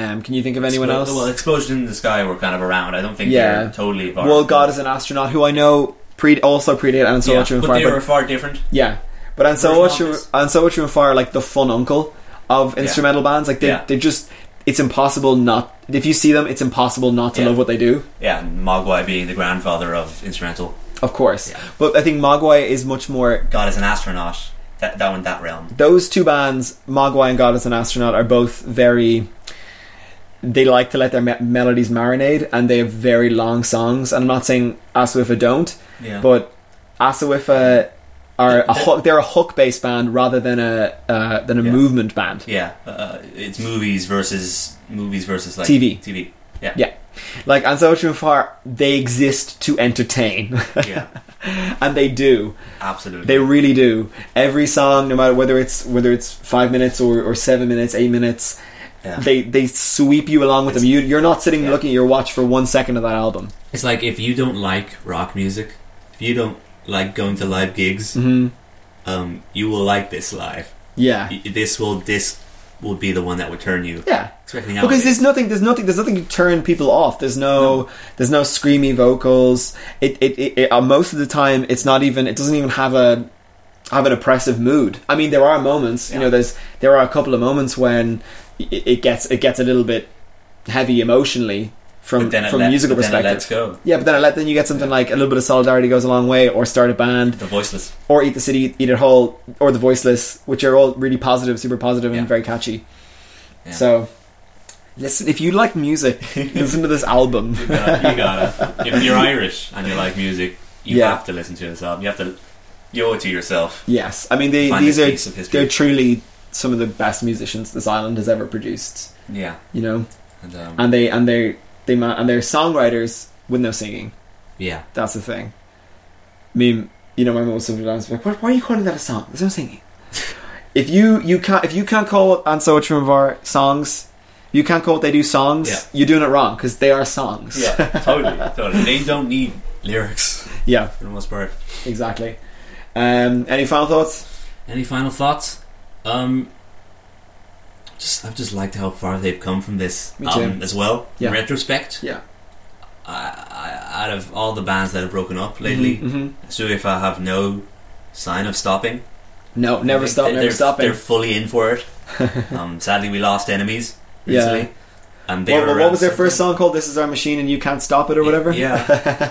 Speaker 4: Um, can you think of anyone
Speaker 5: Explo-
Speaker 4: else?
Speaker 5: Well, Explosion in the Sky were kind of around. I don't think
Speaker 4: Yeah.
Speaker 5: they're totally apart.
Speaker 4: Well, God is an astronaut, who I know pre also predate Ansel
Speaker 5: yeah,
Speaker 4: Watcher and
Speaker 5: but
Speaker 4: Fire.
Speaker 5: they were
Speaker 4: But,
Speaker 5: far different.
Speaker 4: yeah, but Ansel
Speaker 5: Version of
Speaker 4: Watcher,
Speaker 5: this.
Speaker 4: Ansel Watcher and Fire, are like the fun uncle of
Speaker 5: Yeah.
Speaker 4: instrumental bands. Like they,
Speaker 5: Yeah.
Speaker 4: they just, it's impossible not. If you see them, it's impossible not to
Speaker 5: Yeah.
Speaker 4: love what they do.
Speaker 5: Yeah, and Mogwai being the grandfather of instrumental.
Speaker 4: Of course,
Speaker 5: Yeah.
Speaker 4: but I think Mogwai is much more
Speaker 5: God is an astronaut. That that one, that realm.
Speaker 4: those two bands, Mogwai and God as an Astronaut, are both very. They like to let their me- melodies marinate, and they have very long songs. And I'm not saying Asawifa don't,
Speaker 5: Yeah,
Speaker 4: but Asawifa are a
Speaker 5: Th-
Speaker 4: hook, they're a hook-based band rather than a uh, than a
Speaker 5: Yeah.
Speaker 4: movement band.
Speaker 5: yeah, uh, it's movies versus movies versus like
Speaker 4: TV.
Speaker 5: TV. Yeah,
Speaker 4: Yeah. Like Anselm and Far, they exist to entertain.
Speaker 5: yeah.
Speaker 4: and they do.
Speaker 5: Absolutely.
Speaker 4: They really do. Every song, no matter whether it's whether it's five minutes or, or seven minutes, eight minutes,
Speaker 5: Yeah.
Speaker 4: they they sweep you along with them. You you're not sitting
Speaker 5: Yeah.
Speaker 4: looking at your watch for one second of that album.
Speaker 6: It's like if you don't like rock music, if you don't like going to live gigs,
Speaker 4: hmm
Speaker 6: um, you will like this live.
Speaker 4: Yeah,
Speaker 6: Y- This will this will be the one that will turn you.
Speaker 4: yeah.
Speaker 6: Especially
Speaker 4: Because
Speaker 6: nowadays.
Speaker 4: there's nothing, there's nothing, there's nothing to turn people off. There's no, there's no screamy vocals. It, it, it, it uh, most of the time, it's not even. It doesn't even have a have an oppressive mood. I mean, there are moments. You know, there's there are a couple of moments when it, it gets it gets a little bit heavy emotionally from
Speaker 5: But then it
Speaker 4: from a
Speaker 5: let-
Speaker 4: musical
Speaker 5: but then it
Speaker 4: perspective.
Speaker 5: lets go.
Speaker 4: Yeah, but then I let then you get something like a little bit of solidarity goes a long way, or start a band,
Speaker 5: The voiceless.
Speaker 4: or eat the city, eat it whole, or the voiceless, which are all really positive, super positive, and
Speaker 5: Yeah.
Speaker 4: very catchy.
Speaker 5: Yeah.
Speaker 4: So, listen if you like music, listen to this album.
Speaker 5: You gotta, you gotta. If you're Irish and you like music, you
Speaker 4: Yeah.
Speaker 5: have to listen to this album. You have to. You owe it to yourself.
Speaker 4: Yes, I mean they,
Speaker 5: Find
Speaker 4: these
Speaker 5: a
Speaker 4: are
Speaker 5: piece of history.
Speaker 4: they're truly some of the best musicians this island has ever produced.
Speaker 5: Yeah.
Speaker 4: You know,
Speaker 5: And, um,
Speaker 4: and they and they they ma- and they're songwriters with no singing.
Speaker 6: yeah,
Speaker 4: That's the thing. I mean, you know, my mum was sometimes like, "What? Why are you calling that a song? There's no singing." if you you can't if you can't call and so much of our songs, you can't call what they do songs.
Speaker 5: Yeah.
Speaker 4: You're doing it wrong because they are songs.
Speaker 5: yeah. Totally. Totally. They don't need lyrics
Speaker 4: Yeah,
Speaker 5: for the most part.
Speaker 4: exactly. Um, any final thoughts?
Speaker 6: Any final thoughts? Um, just I've just liked how far they've come from this
Speaker 4: Me
Speaker 6: album
Speaker 4: too.
Speaker 6: as well.
Speaker 4: Yeah.
Speaker 6: In retrospect,
Speaker 4: Yeah.
Speaker 6: I, I, out of all the bands that have broken up lately,
Speaker 4: hmm
Speaker 6: so if I have no sign of stopping,
Speaker 4: No, never
Speaker 6: They-
Speaker 4: stop,
Speaker 6: they-
Speaker 4: never
Speaker 6: they're,
Speaker 4: stopping.
Speaker 6: They're fully in for it. um, sadly, we lost enemies
Speaker 4: Yeah.
Speaker 6: recently, and they
Speaker 4: What,
Speaker 6: were
Speaker 4: what
Speaker 6: around
Speaker 4: was their
Speaker 6: since
Speaker 4: first
Speaker 6: then.
Speaker 4: song called? "This Is Our Machine" and you can't stop it or whatever.
Speaker 6: Yeah,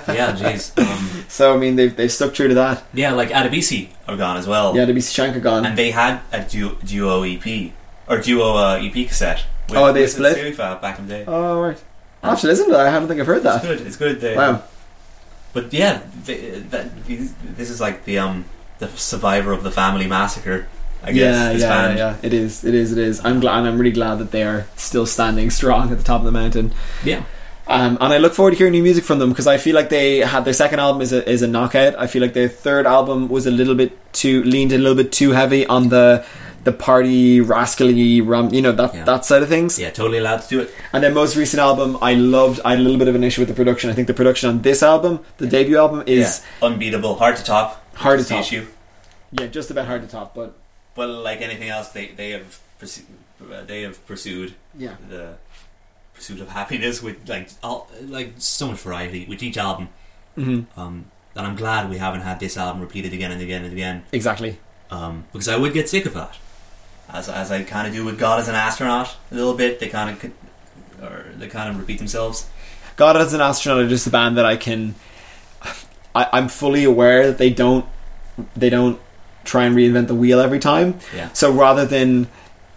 Speaker 6: yeah, jeez. Um,
Speaker 4: So I mean, they've they've stuck true to that.
Speaker 6: yeah, like Adebisi are gone as well,
Speaker 4: Yeah, to be Shanka gone.
Speaker 5: And they had a duo, duo EP or duo uh, EP cassette. With,
Speaker 4: Oh, they
Speaker 5: with
Speaker 4: split?
Speaker 5: Serifa back in the day.
Speaker 4: oh right, I have to listen to that. I haven't think I've heard
Speaker 5: It's
Speaker 4: that.
Speaker 5: good. It's good. They,
Speaker 4: Oh. Wow.
Speaker 5: But yeah, the, that, these, this is like the um the survivor of the family massacre. I guess
Speaker 4: yeah,
Speaker 5: this
Speaker 4: yeah,
Speaker 5: band.
Speaker 4: yeah. It is, it is, it is. I'm glad, and I'm really glad that they are still standing strong at the top of the mountain.
Speaker 6: yeah,
Speaker 4: Um, and I look forward to hearing new music from them because I feel like they had their second album is a, is a knockout. I feel like their third album was a little bit too leaned a little bit too heavy on the the party rascally rum, you know that
Speaker 6: Yeah.
Speaker 4: that side of things.
Speaker 6: yeah, totally allowed to do it.
Speaker 4: And their most recent album, I loved. I had a little bit of an issue with the production. I think the production on this album, the debut album, is
Speaker 5: Yeah. unbeatable, hard to top.
Speaker 4: Hard to
Speaker 5: It's the
Speaker 4: top.
Speaker 5: Issue.
Speaker 4: yeah, just about hard to top, but
Speaker 5: Well, like anything else, they they have pursued, they have pursued
Speaker 4: yeah,
Speaker 5: the pursuit of happiness with like
Speaker 6: All, like so much variety with each album.
Speaker 4: hmm
Speaker 6: Um, and I'm glad we haven't had this album repeated again and again and again
Speaker 4: exactly.
Speaker 6: um, because I would get sick of that.
Speaker 5: as as I kind of do with God as an astronaut a little bit. They kind of or they kind of repeat themselves.
Speaker 4: God as an astronaut are just a band that I can. I, I'm fully aware that they don't they don't try and reinvent the wheel every time.
Speaker 6: Yeah.
Speaker 4: So rather than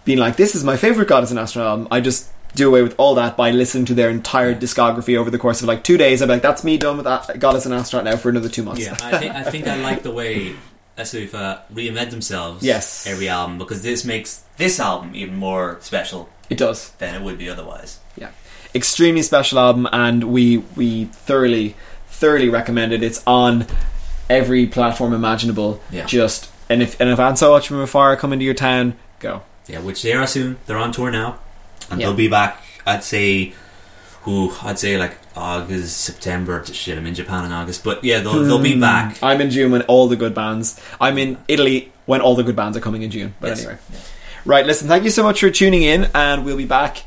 Speaker 4: being like this is my favorite God as an astronaut album, I just do away with all that by listening to their entire discography over the course of like two days. I'm like, that's me done with that God as an astronaut now for another two months.
Speaker 6: Yeah, I think I think I like the way Asufa reinvent themselves.
Speaker 4: Yes.
Speaker 6: every album because this makes
Speaker 5: This album even more special
Speaker 4: It does.
Speaker 5: than it would be otherwise.
Speaker 4: yeah extremely special album and we we thoroughly thoroughly recommend it it's on every platform imaginable
Speaker 6: Yeah.
Speaker 4: just and if and if Anso Watch from afar come into your town go
Speaker 6: yeah, which they are soon. They're on tour now, and
Speaker 4: Yeah.
Speaker 6: they'll be back. I'd say, who I'd say like August, September. Shit, I'm in Japan in August, but yeah, they'll they'll
Speaker 4: Hmm.
Speaker 6: be back.
Speaker 4: I'm in June when all the good bands I'm in Italy when all the good bands are coming in June but
Speaker 6: Yes.
Speaker 4: anyway right listen thank you so much for tuning in and we'll be back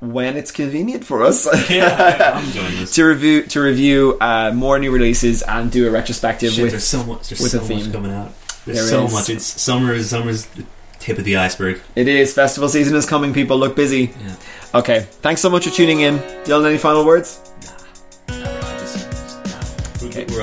Speaker 4: when it's convenient for us
Speaker 6: Yeah, I'm enjoying this.
Speaker 4: to review to review uh, more new releases and do a retrospective
Speaker 6: Shit,
Speaker 4: with
Speaker 6: there's so much. There's
Speaker 4: with
Speaker 6: so
Speaker 4: a
Speaker 6: much
Speaker 4: theme.
Speaker 6: coming out. There's
Speaker 4: There
Speaker 6: so
Speaker 4: is.
Speaker 6: much. It's summer. Is summer's the tip of the iceberg.
Speaker 4: It is. Festival season is coming, people. Look busy.
Speaker 6: Yeah.
Speaker 4: Okay. Thanks so much for tuning in. Dylan, any final words?
Speaker 6: We're